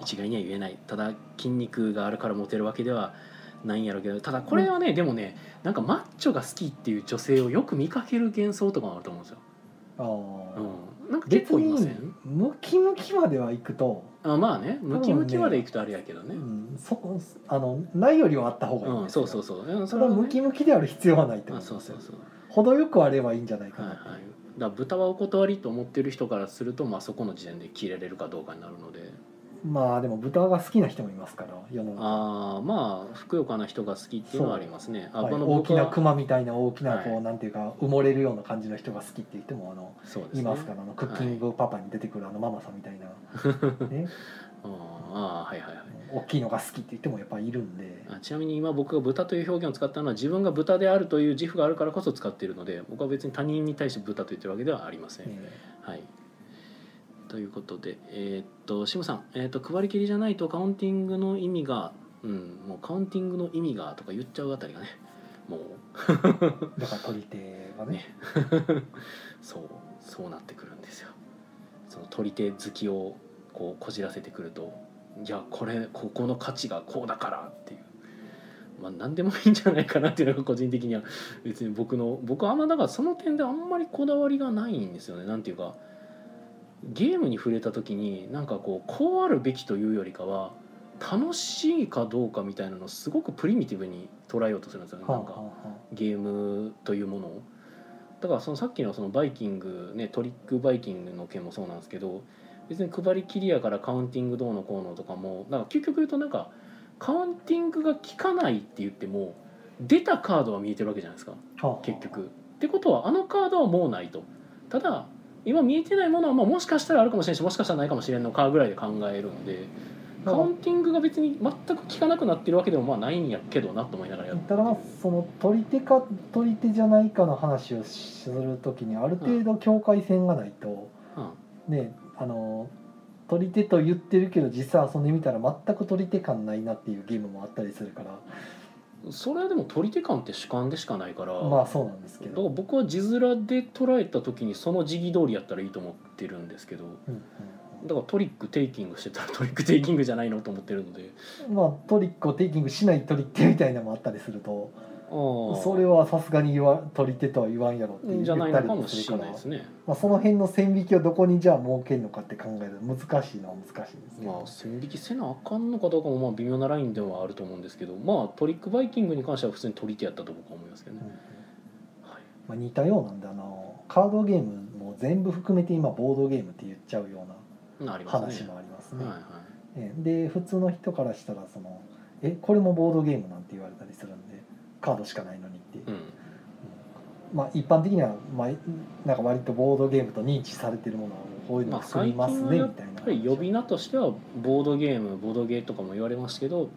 一概には言えないただ筋肉があるからモテるわけではないんやろうけどただこれはね、でもねなんかマッチョが好きっていう女性をよく見かける幻想とかもあると思うんですよ、あうーん、なんか結別構いませにんムキムキまではいくと、あまあねムキムキまでいくとあれやけどうねん、そこあのないよりはあった方がいいんうんですよそうそうそううんそれはねムキムキである必要はないってこあとそ思ううんですそようそう程よくあればいいんじゃないかはいなはっていう、いだから豚はお断りと思ってる人からすると、まあ、そこの時点で切れれるかどうかになるのでまあでも豚が好きな人もいますから世の中、ああまあふくよかな人が好きっていうのはありますね。あはい、この大僕きはなクマみたいな大きなこう、はいなんていうか埋もれるような感じの人が好きって言ってもあのそうですねいますからあのクッキングパパに出てくるあのママさんみたいな、ね、 [LAUGHS] うんあーはいはいはい大きいのが好きって言ってもやっぱいるんであちなみに今僕が豚という表現を使ったのは自分が豚であるという自負があるからこそ使っているので僕は別に他人に対して豚と言ってるわけではありません。えはいということで、えーっとシムさん、えーっと配り切りじゃないとカウンティングの意味が、うん、もうカウンティングの意味がとか言っちゃうあたりがねもうーだから取り手がねねそうそうなってくるんですよその取り手好きをこうこじらせてくるといやこれここの価値がこうだからっていう。まあ、何でもいいんじゃないかなっていうのが個人的には別に僕の僕はあんまだからその点であんまりこだわりがないんですよねなんていうかゲームに触れた時になんかこうこうあるべきというよりかは楽しいかどうかみたいなのをすごくプリミティブに捉えようとするんですよねなんかはあはゲームというものをだからそのさっきのそのバイキング、ね、トリックバイキングの件もそうなんですけど別に配りきりやからカウンティングどうのこうのとかもなんか究極言うとなんかカウンティングが効かないって言っても出たカードは見えてるわけじゃないですかあはあ結局。ってことはあのカードはもうないと。ただ今見えてないものはまあもしかしたらあるかもしれないしもしかしたらないかもしれんのかぐらいで考えるんでカウンティングが別に全く効かなくなってるわけでもまあないんやけどなと思いながらやってたるだその取り手か取り手じゃないかの話をするときにある程度境界線がないと、うんねあの取り手と言ってるけど実際遊んでみたら全く取り手感ないなっていうゲームもあったりするからそれはでも取り手感って主観でしかないから、まあそうなんですけだからど、僕は字面で捉えた時にその字義通りやったらいいと思ってるんですけどうんうんだからトリックテイキングしてたらトリックテイキングじゃないのと思ってるのでうんまあトリックをテイキングしない取り手みたいなのもあったりするとそそれはさすがに言わ取り手とは言わんやろって言じゃないっのたりかももすしるれなかいらですね。まあ、その辺の線引きをどこにじゃあ設けるのかって考えるの難しいのは難しいですね。まあ線引きせなあかんのかどうかもまあ微妙なラインではあると思うんですけどまあトリックバイキングに関しては普通に取り手やったと僕は思いますけどうね。んはいまあ、似たようなんであのカードゲームも全部含めて今ボードゲームって言っちゃうよううんありなますね。話もありますね。はいはいええで普通の人からしたらその「えこれもボードゲームなんて言われたりするんでカードしかないのに」って、うんまあ、一般的には、まあ、なんか割とボードゲームと認知されてるものをこういうのを作りますねまあみたいなやっぱり呼び名としてはボードゲームボードゲーとかも言われますけど、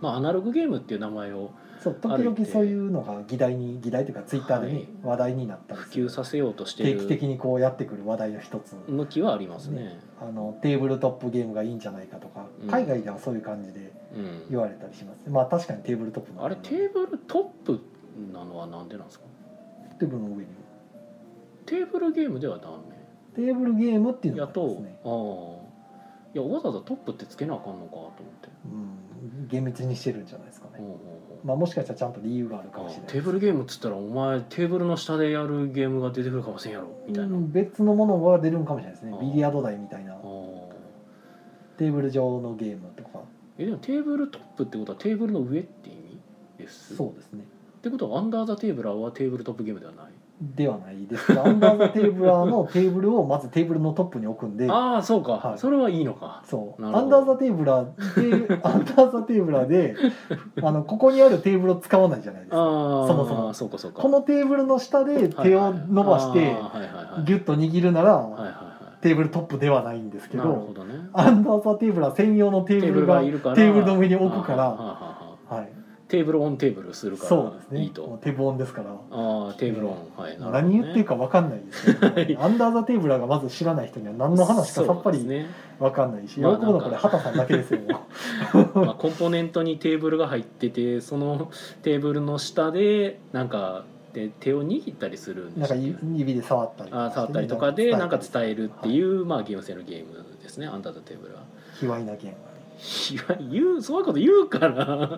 まあ、アナログゲームっていう名前をそう時歩い々てそういうのが議題に議題というかツイッターでね、話題になったり普す及るさせようとして定期的るにこうやってくる話題の一つ、向きはありますね。あのテーブルトップゲームがいいんじゃないかとか、うん海外ではそういう感じでう言ん、われたりしますまあ確かにテーブルトップのあれテーブルトップなのはなんでなんですかテーブルの上にテーブルゲームではダテーブルゲームっていメうのやがありますと、ね、ああいやわざわざトップってつけなあかんのかと思って、うん、厳密にしてるんじゃないですかうんね、うんうんまあ、もしかしたらちゃんと理由があるかもしれあなあいテーブルゲームっつったらお前テーブルの下でやるゲームが出てくるかもしれんやろみたいな、うん別のものが出るんかもしれないですねあビリヤード台みたいなああテーブル上のゲームとかえでもテーブルトップってことはテーブルの上って意味ですそうですねってことはアンダー・ザ・テーブラーはテーブルトップゲームではない、ではないですがアンダーザテーブラーのテーブルをまずテーブルのトップに置くんでああそうか、はいそれはいいのかそうなるほアどンダーザテーブラ [LAUGHS] ーでアンダーザテーブラーであのここにあるテーブルを使わないじゃないですああかそもそもそうかそうかこのテーブルの下で手を伸ばしてはいはいああはいはいはいギュッと握るなはいはいらはテーブルトップではないんですいけなるほどどねアンダーザテーブラー専用のテテーーブブルルががいるからテーブルの上に置くからああはあはあはあはいテーブルオンテーブルするかそうですらいねいもうと手本ですからああテーブルオンはいなるほどね何言ってるか分かんない [LAUGHS] ですけどアンダーザテーブラーがまず知らない人には何の話かさっぱそうりですね分かんないし喜ぶまあなんかのこれ畑さんだけですよもまあ、コンポーネントにテーブルが入っててそのテーブルの下でなんかで手を握ったりするんうでなんすか指で触ったりとかあして触ったりとかでなんか伝えるってういう、まあゲーム性のゲームですねアンダーザテーブルは。 [LAUGHS] 卑猥なゲームいや言うそういうこと言うから [LAUGHS]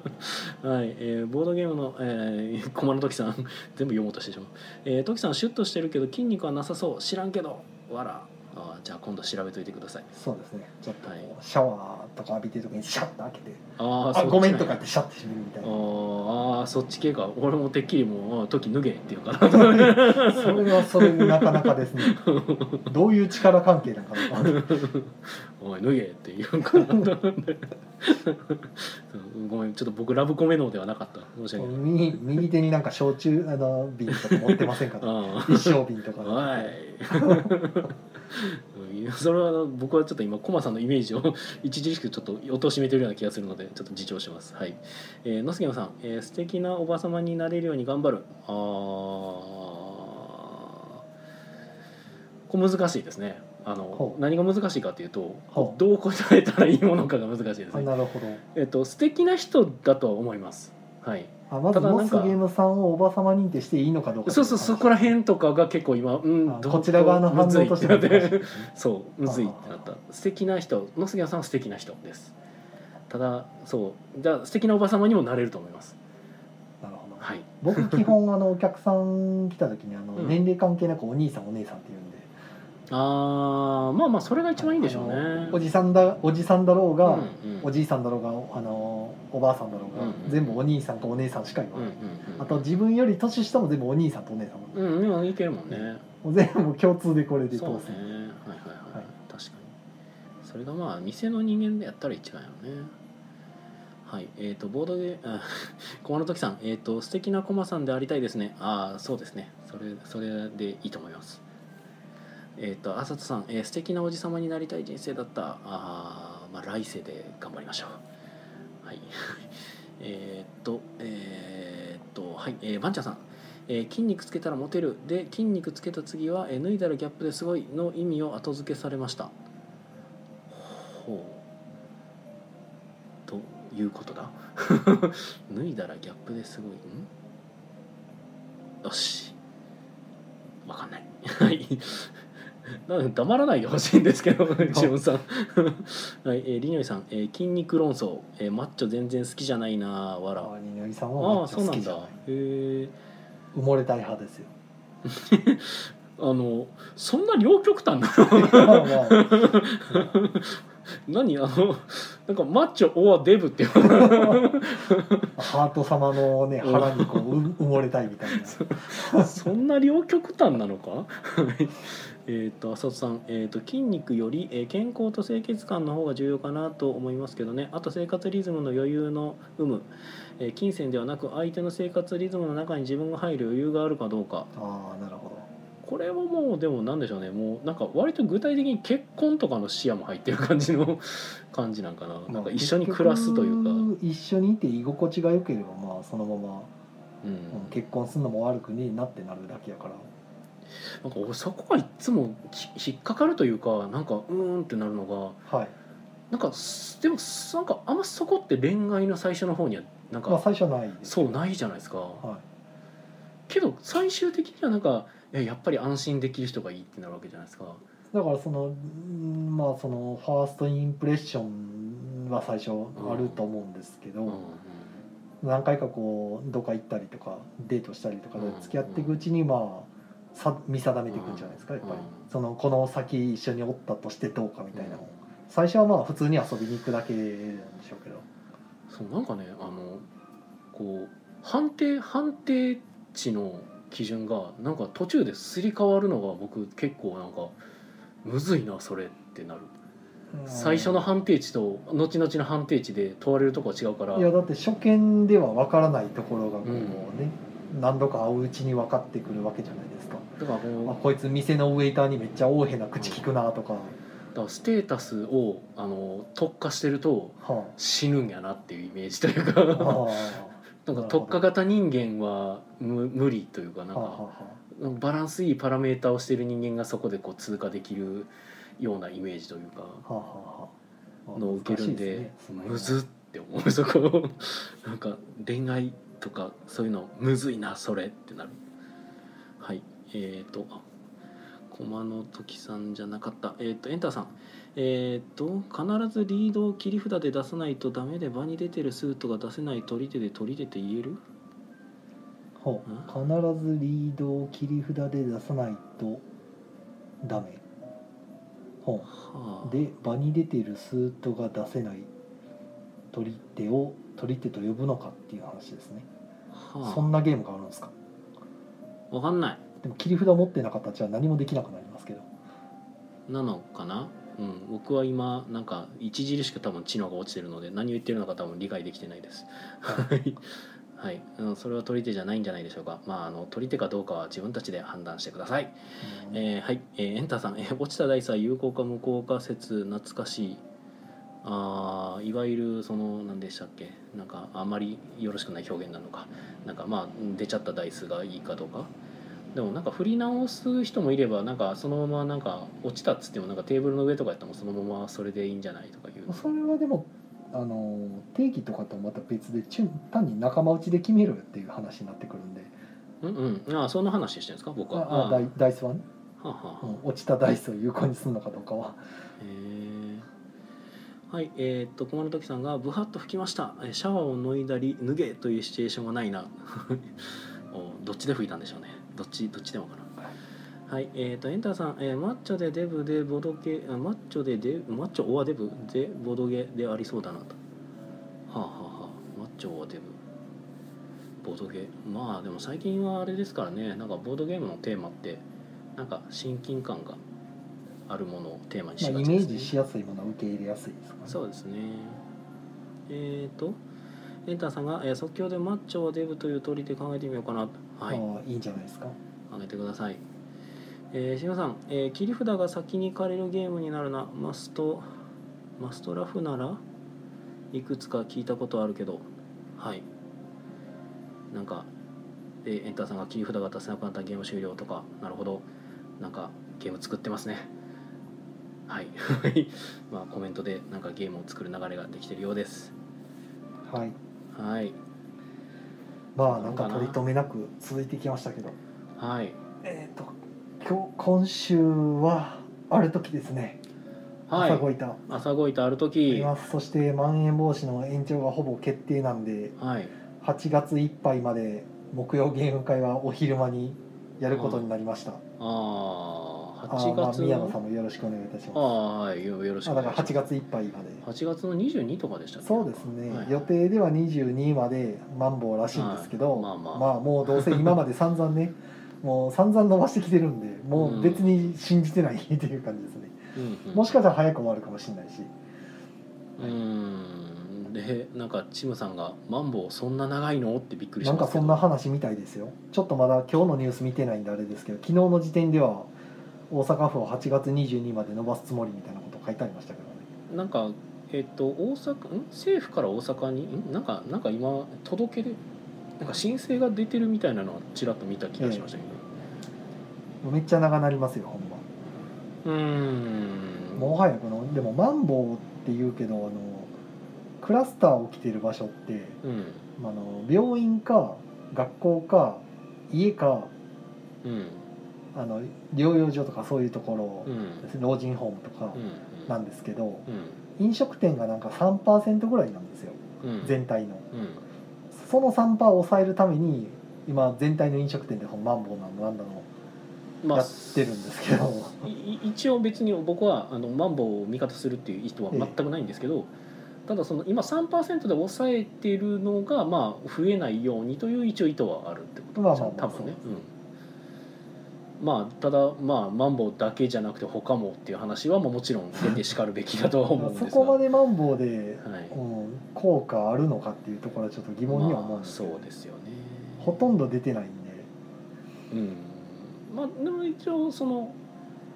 はい、えーボードゲームの、えー、駒の時さん全部読もうとしてしまう、えー、時さんシュッとしてるけど筋肉はなさそう知らんけどわらあーじゃあ今度調べといてくださいそうですねちょっとはいシャワーとか浴びてる時にシャッと開けて「あーあそっちごめん」なんやとかってシャッて閉めるみたいあなーあーそっち系か俺もてっきりもうあー「時脱げ」って言うから [LAUGHS] それはそれでなかなかですねどういう力関係なのかな [LAUGHS] おい脱げって言うから [LAUGHS] そうごめんちょっと僕ラブコメ能ではなかった申し訳ない右右手になんか焼酎あの瓶とか持ってませんかとあー一升瓶とかはい。 [LAUGHS] それはあの僕はちょっと今コマさんのイメージを著しくちょっと貶としめてるような気がするのでちょっと自重します。はい。えー、のすけのさん、えー、素敵なおばさまになれるように頑張る。ああ。これ難しいですね。あのほう何が難しいかというとほうどう答えたらいいものかが難しいですあね。なるほどえっと素敵な人だとは思います。はい、あまずただなんかモスゲームさんをおばさま認定していいのかどうかそうそうそこら辺とかが結構今、うん、あどうこちら側の反応としてむもずいってなってそうむずいっあてなった素敵な人野杉さんは素敵な人ですただそうじゃあ素敵なおばさまにもなれると思いますなるほどはい僕基本あのお客さん来た時にあのうん年齢関係なくお兄さんお姉さんって言うんであーまあまあそれが一番いいんでしょうねあのおじさんだおじさんだろううんが、うんおじいさんだろうがあのおばあさんだろうが、うん全部お兄さんかお姉さんしか言わうんうない、んうんあと自分より年下も全部お兄さんとお姉さんも,、うんでもいけるもんねもう全部共通でこれで通そうねす、はいはいはい、はい確かにそれがまあ店の人間でやったら一番やろねはいえー、とボードであ [LAUGHS] 駒の時さんえっ、と素敵な駒さんでありたいですねああそうですねそれそれでいいと思いますえっ、とあさとさん、えー素敵なおじさまになりたい人生だったあーまあ来世で頑張りましょうはい [LAUGHS] えーっとえーっとはいえー、ばんちゃんさんえー筋肉つけたらモテる」で「筋肉つけた次は、えー脱いだらギャップですごい」の意味を後付けされましたほうということだ [LAUGHS] 脱いだらギャップですごいんよしわかんないはいなので黙らないでほしいんですけ [LAUGHS] どジモンさん [LAUGHS] はい、えー、りにおいさん、えー筋肉論争、えーマッチョ全然好きじゃないなわらあ二の井さんはあマあッチそうョな好きんじだゃへないえ埋もれたい [LAUGHS] 派ですよあのそんな両極端な [LAUGHS] まあまあ何あのなんかマッチョオアデブっていうハート様のねうん腹にこうう埋もれたいみたい [LAUGHS] なそんな両極端なのか [LAUGHS] はいえっと浅田さん、えー、と筋肉より、えー健康と清潔感の方が重要かなと思いますけどねあと生活リズムの余裕の有無、えー金銭ではなく相手の生活リズムの中に自分が入る余裕があるかどうかああなるほこれはもうでも何でしょうねもうなんか割と具体的に結婚とかの視野も入ってる感じの感じなんかなどなんか一緒に暮らすというか、結局一緒にいて居心地が良ければまあそのままうんうん結婚するのも悪くねえなってなるだけやからなんか俺そこがいつもひ引っかかるというかなんかうーんってなるのがはいなんかすでもすなんかあんまそこって恋愛の最初の方にはなんか、まあ最初はないですそうないじゃないですか、はけど最終的にはなんかいややっぱり安心できる人がいいってなるわけじゃないですかいだからそのうんまあそのファーストインプレッションは最初あると思うんですけど、うんうん何回かこうどっか行ったりとかデートしたりとかでうん付き合っていくうちにまあさ見定めていくんじゃないですかやっぱり、うんそのこの先一緒におったとしてどうかみたいなのを、最初はまあ普通に遊びに行くだけなんでしょうけどそうなんかねあのこう判定判定値の基準がなんか途中ですり替わるのが僕結構なんかむずいなそれってなる最初の判定値と後々の判定値で問われるとこは違うからいやだって初見では分からないところがこうね、何度か会ううちに分かってくるわけじゃないですか、だからこうあ、こいつ店のウェイターにめっちゃ大変な口利くなとか、だからステータスをあの特化してるとは死ぬんやなっていうイメージというかあ、はあ、はなんか特化型人間は無無理というか [LAUGHS] なんあはかバランスいいパラメーターをしてる人間がそこでこう通過できるようなイメージというか。あはあはあはあはあのを受けるんでむずっっって思う [LAUGHS] そこなんか恋愛とかそういうのむずいなそれってなるはいえー、とあ駒の時さんじゃなかったえっ、とエンターさんえっ、と必ずリードを切り札で出さないとダメで場に出てるスートが出せない取り手で取り手って言えるほう必ずリードを切り札で出さないとダメほはあうで場に出てるスーッとが出せない取り手を取り手と呼ぶのかっていう話ですねそはんなゲームがあるんですかあわかんないでも切り札持ってなかったらじゃあ何もできなくなりますけどなのかなうん、僕は今なんか著しく多分知能が落ちてるので何を言ってるのか多分理解できてないですはい、はい、あのそれは取り手じゃないんじゃないでしょうかまああの取り手かどうかは自分たちで判断してください、うんえーはい、えーエンターさん、えー落ちたダイスは有効か無効か説懐かしいあーいわゆるその何でしたっけなんかあまりよろしくない表現なのかなんかまあ出ちゃったダイスがいいかどうかでもなんか振り直す人もいればなんかそのままなんか落ちたっつってもなんかテーブルの上とかやったらもうそのままそれでいいんじゃないとかいうそれはでもあの定義とかとまた別でちゅん単に仲間内で決めるっていう話になってくるんでうんうんああその話してるんですか僕あはあダイダイスはね、あはあはあうん落ちたダイスを有効にするのかどうかはへーはいえーっと小丸時さんが「ブハッと吹きましたえーシャワーを脱いだり脱げ」というシチュエーションはない [LAUGHS] なおどっちで吹いたんでしょうねどっちどっちでもかなはいえーっとエンターさん、えーマッチョでデブでボドゲあマッチョでデマッチョオアデブでボドゲでありそうだなとはあはあはあマッチョオアデブボドゲまあでも最近はあれですからねなんかボードゲームのテーマってなんか親近感があるものをテーマにまあ、しイがメちですーねジしやすいものは受け入れやすいですからねそうですねえっ、とエンターさんが、えー即興でマッチョをデブという通りで考えてみようかなはいああいいんじゃないですか上げてくださいえー、しのさん、えー切り札が先に枯れるゲームになるなマストマストラフならいくつか聞いたことあるけどはいなんか、えーエンターさんが切り札が出せなくなったゲーム終了とかなるほどなんかゲーム作ってますねはい [LAUGHS] まあコメントでなんかゲームを作る流れができてるようですはいはいまあなんか取り留めなく続いてきましたけどはいえっ、と今日今週はある時ですね、朝はごいいた朝ごいたあるい時はますそしてまん延防止の延長がほぼ決定なんでい8月いっぱいまで木曜ゲーム会はお昼間にやることになりました、あああ8ーまあ月の宮野さんもよろしくお願いいたしあますあはいよよろしくあおだ願いかしらます8月いっぱいまで8月の22とかでしたっけそうですね、はい予定では22までマンボウらしいんですけど、はいまあまあもうどうせ今まで散々ね [LAUGHS] もう散々伸ばしてきてるんでもう別に信じてないっていう感じですね、うんうんもしかしたら早く終わるかもしれないしうーんでなんかチムさんが「マンボウそんな長いの?」ってびっくりしなんまかすけそどんな話みたいですよちょっとまだ今日のニュース見てないんであれですけど昨日の時点では大阪府を8月22まで伸ばすつもりみたいなこと書いてありましたけどねなんかえっと大阪ん政府から大阪にんなんかなんか今届けでなんか申請が出てるみたいなのはちらっと見た気がしましたけめっちゃ長なりますよほんまどうーんもはやこのでもマンボウって言うけどあのクラスター起きてる場所ってうんあの病院か学校か家かうんあの療養所とかそういうとこうんうろ、ん老人ホームとかうんなんですけど、うん飲食店がなんか3%ぐらいなんですようん全体のうんその3%を抑えるために今全体の飲食店でこのマンボウなのなんだのまあやってるんですけどいい一応別に僕はあのマンボウを味方するっていう意図は全くないんですけど、ただその今3%で抑えてるのがまあ増えないようにという一応意図はあるってことなんですよまあまあまあ多分ねそううんまあただまあマンボウだけじゃなくて他もっていう話はまあもちろん出てしかるべきだとは思うんですそがこまでマンボウで、はいうん、効果あるのかっていうところはちょっと疑問には思まうんあですけど、そうですよねほとんど出てないんでうんまあでも一応その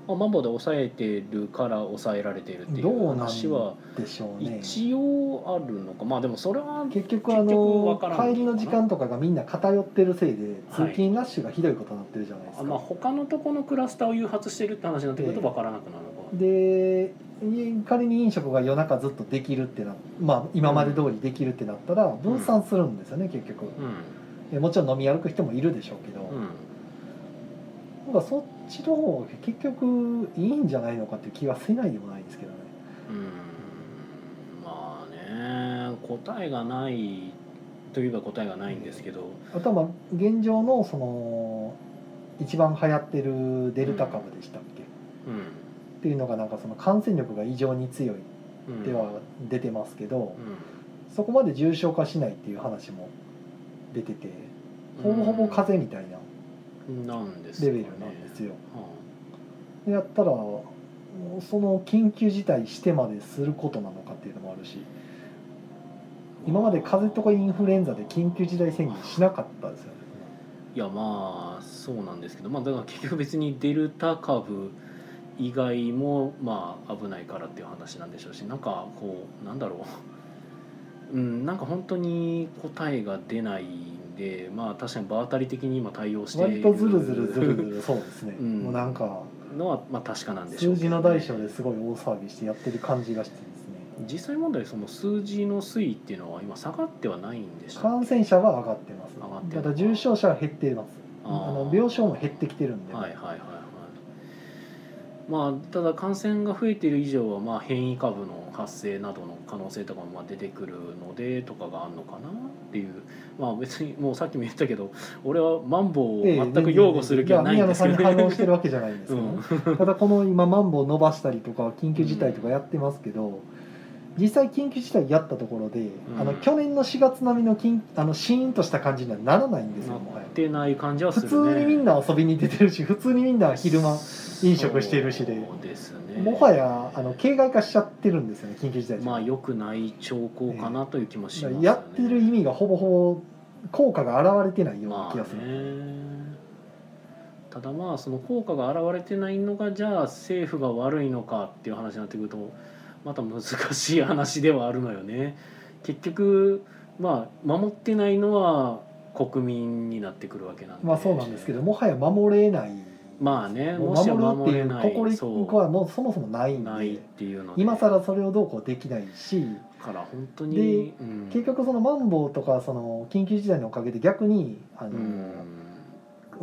まあマンボウで抑えてるから抑えられているっていどううなん話はでしょうね一応あるのかまあでもそれは結局あ結局わのからんのかな帰りの時間とかがみんな偏ってるせいではい通勤ラッシュがひどいことになってるじゃないですか、まあ他のとこのクラスターを誘発してるって話になってくると分からなくなるのか、でい仮に飲食が夜中ずっとできるってなまあ今まで通りできるってなったら分散するんですよね、結局うえもちろん飲み歩く人もいるでしょうけど、んうんなんかそっちの方が結局いいんじゃないのかっていう気はせないでもないですけどねうんまあね答えがないといえば答えがないんですけど、あとはまあ現状のその一番流行ってるデルタ株でしたっけ、うんっていうのがなんかその感染力が異常に強いうん、では出てますけどう、ん、そこまで重症化しないっていう話も出ててほぼほぼ風邪みたいななんですレよベねルなんですよ。はでやったらもうその緊急事態してまですることなのかっていうのもあるしあ今まで風邪とかインフルエンザで緊急事態宣言しなかったですよね。いやまあそうなんですけどまあだから結局別にデルタ株以外もまあ危ないからっていう話なんでしょうしなんかこうなんだろう [LAUGHS] うんなんか本当に答えが出ないんでまあ確かに場当たり的に今対応してい割るとズルズルズルズルそうですね、うんもうなんかのはまあ確かなんでしょう数け字どねの代償ですごい大騒ぎしてやってる感じがしてですね実際問題その数字の推移っていうのは今下がってはないんでした感染者は上がってます上がってるただ重症者は減っていますあの病床も減ってきてるんで、はいはいはいはいまあただ感染が増えている以上はまあ変異株の発生などの可能性とかもまあ出てくるのでとかがあるのかなっていうまあ別にもうさっきも言ったけど [LAUGHS] 俺はマンボウをええ全く擁護する気はないんですけど、いや宮野さんに反応してるわけじゃないんですうけどねん、ただこの今マンボウ伸ばしたりとか緊急事態とかやってますけど、実際緊急事態やったところで、んあの去年の4月並みの緊あのシーンとした感じにはならないんですよなっもはやてない感じはす普るね通にみんな遊びに出てるし普通にみんな昼間飲食してるしでそうですねもはやあの形骸化しちゃってるんですよね緊急事態じゃまあ良くない兆候かなという気もしますよね、やってる意味がほぼほぼ効果が現れてないようなま気がすある、ね、ただまあその効果が現れてないのがじゃあ政府が悪いのかっていう話になってくるとまた難しい話ではあるのよね。結局まあ守ってないのは国民になってくるわけなんで、まあそうなんですけどもはや守れないまあねもうもし守はるっ守ていれうない心意そう気はもうそもそもないんでないっていうので今更それをどうこうできないしだから本当に、うん結局そのマンボウとかその緊急事態のおかげで逆にあの、うん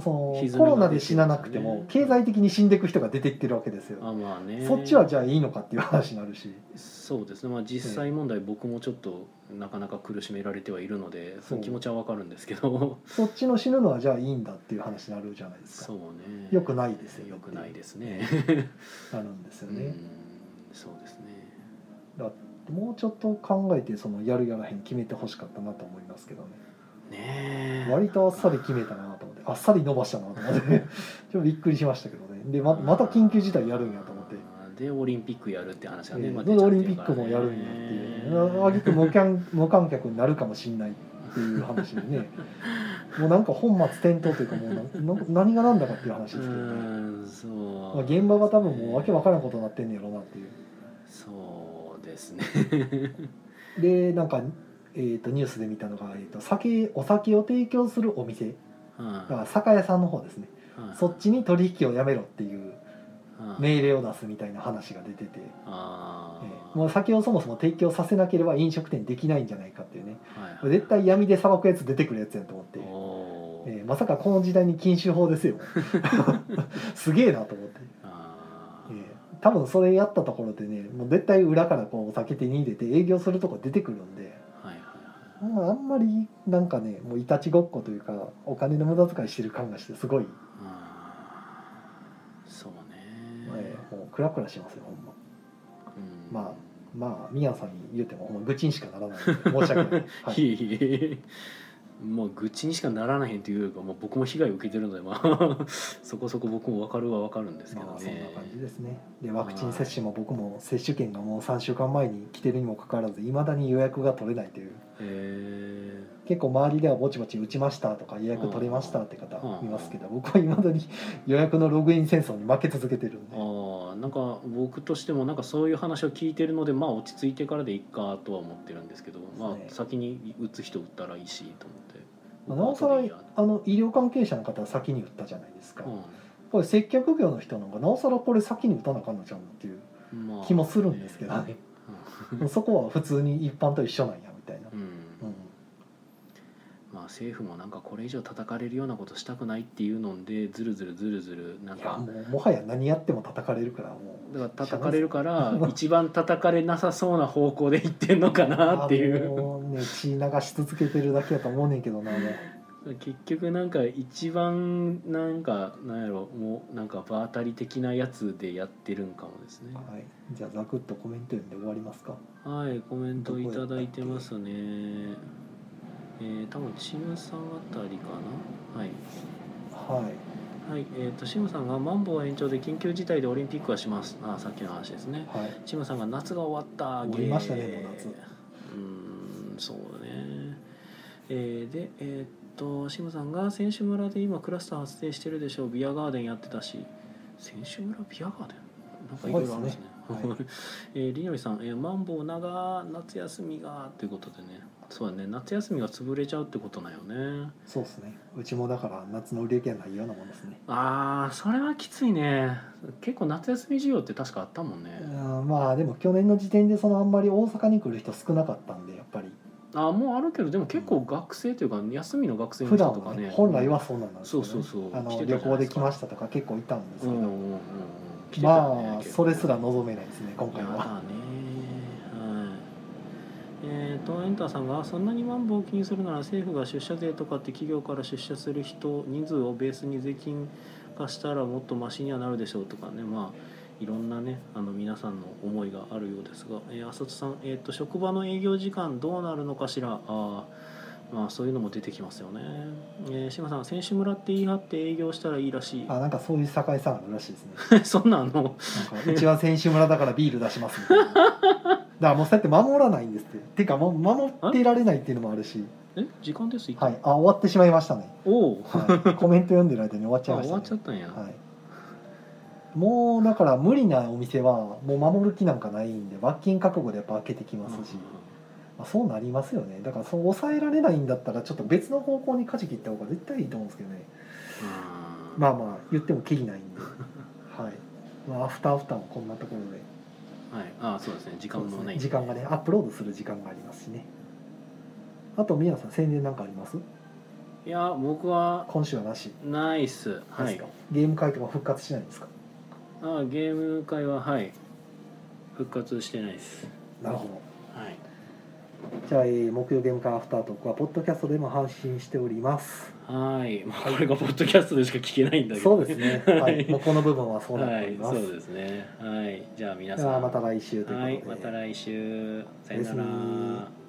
その歪みがコロナで死ななくて出もてる経済的に死んでいく人が出ていってるわけですよ、あまあねそっちはじゃあいいのかっていう話になるしそうですね、まあ、実際問題僕もちょっとなかなか苦しめられてはいるのでその気持ちはわかるんですけどそっちの死ぬのはじゃあいいんだっていう話になるじゃないですそかうね良くないですよよくないですねなるんですようね、んそうですねもうちょっと考えてそのやるやらへん決めてほしかったなと思いますけどねねえ割とあっさり決めたなと思ってあっさり伸ばしたなと思って [LAUGHS] ちょっとびっくりしましたけどねでままた緊急事態やるんやと思ってあーでオリンピックやるって話がね、えーまあでオリンピックもやるんやっていうあげく [LAUGHS] 無観無観客になるかもしれないっていう話でねもうなんか本末転倒というかもうなな何が何だかっていう話うですけどね、んそう、まあ、現場が多分もうわけわからんことになってんねやろうなっていうそうです [LAUGHS] ねでなんか、えー、とニュースで見たのが、えー、と酒お酒を提供するお店はが酒屋さんの方ですねいはいそっちに取引をやめろっていうはい命令を出すみたいな話が出てて、あえーえもう酒をそもそも提供させなければ飲食店できないんじゃないかっていうねはいはい絶対闇で裁くやつ出てくるやつやんと思って、おーええまさかこの時代に禁酒法で [LAUGHS] すよすげえなと思って、あえーえ多分それやったところでねもう絶対裏からこうお酒手に入れて営業するとこ出てくるんではいはいはいうんあんまりなんかねもういたちごっこというかお金の無駄遣いしてる感がしてすごい、うんそうえね、えもうクラクラしますよほんまうんまあまあ宮野さんに言うてもほんま愚痴にしかならないんで申 [LAUGHS] し訳ない、はいいえいえもう愚痴にしかならないというか、まあ、僕も被害を受けてるので、まあ、 [LAUGHS] そこそこ僕も分かるは分かるんですけどまあそんなね、感じですねでワクチン接種も僕も接種券がもう3週間前に来てるにもかかわらずいまだに予約が取れないというえ結構周りではぼちぼち打ちましたとか予約取れましたって方うんいますけど僕はいまだに予約のログイン戦争に負け続けてるんでー、ああなんか僕としてもなんかそういう話を聞いてるのでまあ落ち着いてからでいいかとは思ってるんですけど、まあそうですね先に打つ人打ったらいいしと思ってまあなおさら後でいいやあの医療関係者の方は先に打ったじゃないですかうこれ接客業の人なんかなおさらこれ先に打たなあかんのちゃうのっていうんまあ気もするんですけどねもうそこは普通に一般と一緒なんやみたいなう、ん、うんまあ、政府もなんかこれ以上叩かれるようなことしたくないっていうのでずるずるずるずるなんいやかもうもはや何やっても叩かれるからもうだから叩かれるから一番叩かれなさそうな方向で行ってんのかなっていうもうね血流し続けてるだけやと思うねんけどなもう結局なんか一番なんかなんやろもうなんか場当たり的なやつでやってるんかもですねはいじゃあザクッとコメント読んで終わりますかはいコメントいただいてますねえー、多分チムさんあたりかなはいはいはい、えー、とシムさんがマンボウ延長で緊急事態でオリンピックはしますあーさっきの話ですねはいシムさんが夏が終わった終わりましたねゲーもう夏うーんそうだねえーでえーっとシムさんが選手村で今クラスター発生してるでしょうビアガーデンやってたし選手村ビアガーデンなんかいろいろあるんですねはいえー、りのりさん、えー、マンボウ長夏休みがということでねそうだね夏休みが潰れちゃうってことだよねそうですねうちもだから夏の売り上げがないようなもんですね、あーそれはきついね結構夏休み需要って確かあったもんね、うんまあでも去年の時点でそのあんまり大阪に来る人少なかったんでやっぱりあもうあるけどでも結構学生というか休みの学生の普人段とかはねね本来はそうなんですけど、ね、そうそうそうあ来のてたじゃ旅ないで行ですか来ましたとか結構いたんですけうど、んうんうんうん来てたよねまあ結構それすら望めないですね今回やだはねはいえー、とエンターさんが「そんなにマンボウを気にするなら政府が出社税とかって企業から出社する人人数をベースに税金化したらもっとマシにはなるでしょう」とかねまあいろんなねあの皆さんの思いがあるようですが、えー、浅田さん、えーと「職場の営業時間どうなるのかしら」あーまあそういうのも出てきますよね。えー、島さん選手村って言い張って営業したらいいらしい。あなんかそういう酒井さんあるらしいですね [LAUGHS] そんなあのなんかうちは選手村だからビール出しますみ [LAUGHS] たいなだからもうそうやって守らないんですっててかもう守ってられないっていうのもあるしえ時間です。一は回いあ終わってしまいましたね、おお。はい、コメント読んでる間に終わっちゃ [LAUGHS] いあまし終た、わっ、ねちゃったんや。はい、もうだから無理なお店はもう守る気なんかないんで罰金覚悟でやっぱ開けてきますし、まあ、そうなりますよねだからそう抑えられないんだったらちょっと別の方向に舵切った方が絶対いいと思うんですけどねうんまあまあ言ってもきりないんではいまあアフターアフターもこんなところではい、あそうですね時間そもうですなねい時間がねアップロードする時間がありますしねあと皆さん宣伝なんかありますいや僕は今週はなしナイスではすいか、ゲーム会とか復活しないんですかあゲーム会ははい復活してないですなるほどはいじゃあ、えー木曜ゲーム会アフタートークはポッドキャストでも配信しておりますはい、まあ、これがポッドキャストでしか聞けないんだけどそうですねはは [LAUGHS] いいもうこの部分はそうなってはおりいまそす、うですねはいじゃあ皆でさはんまた来週ということで、はいまた来週さよなおやすらみ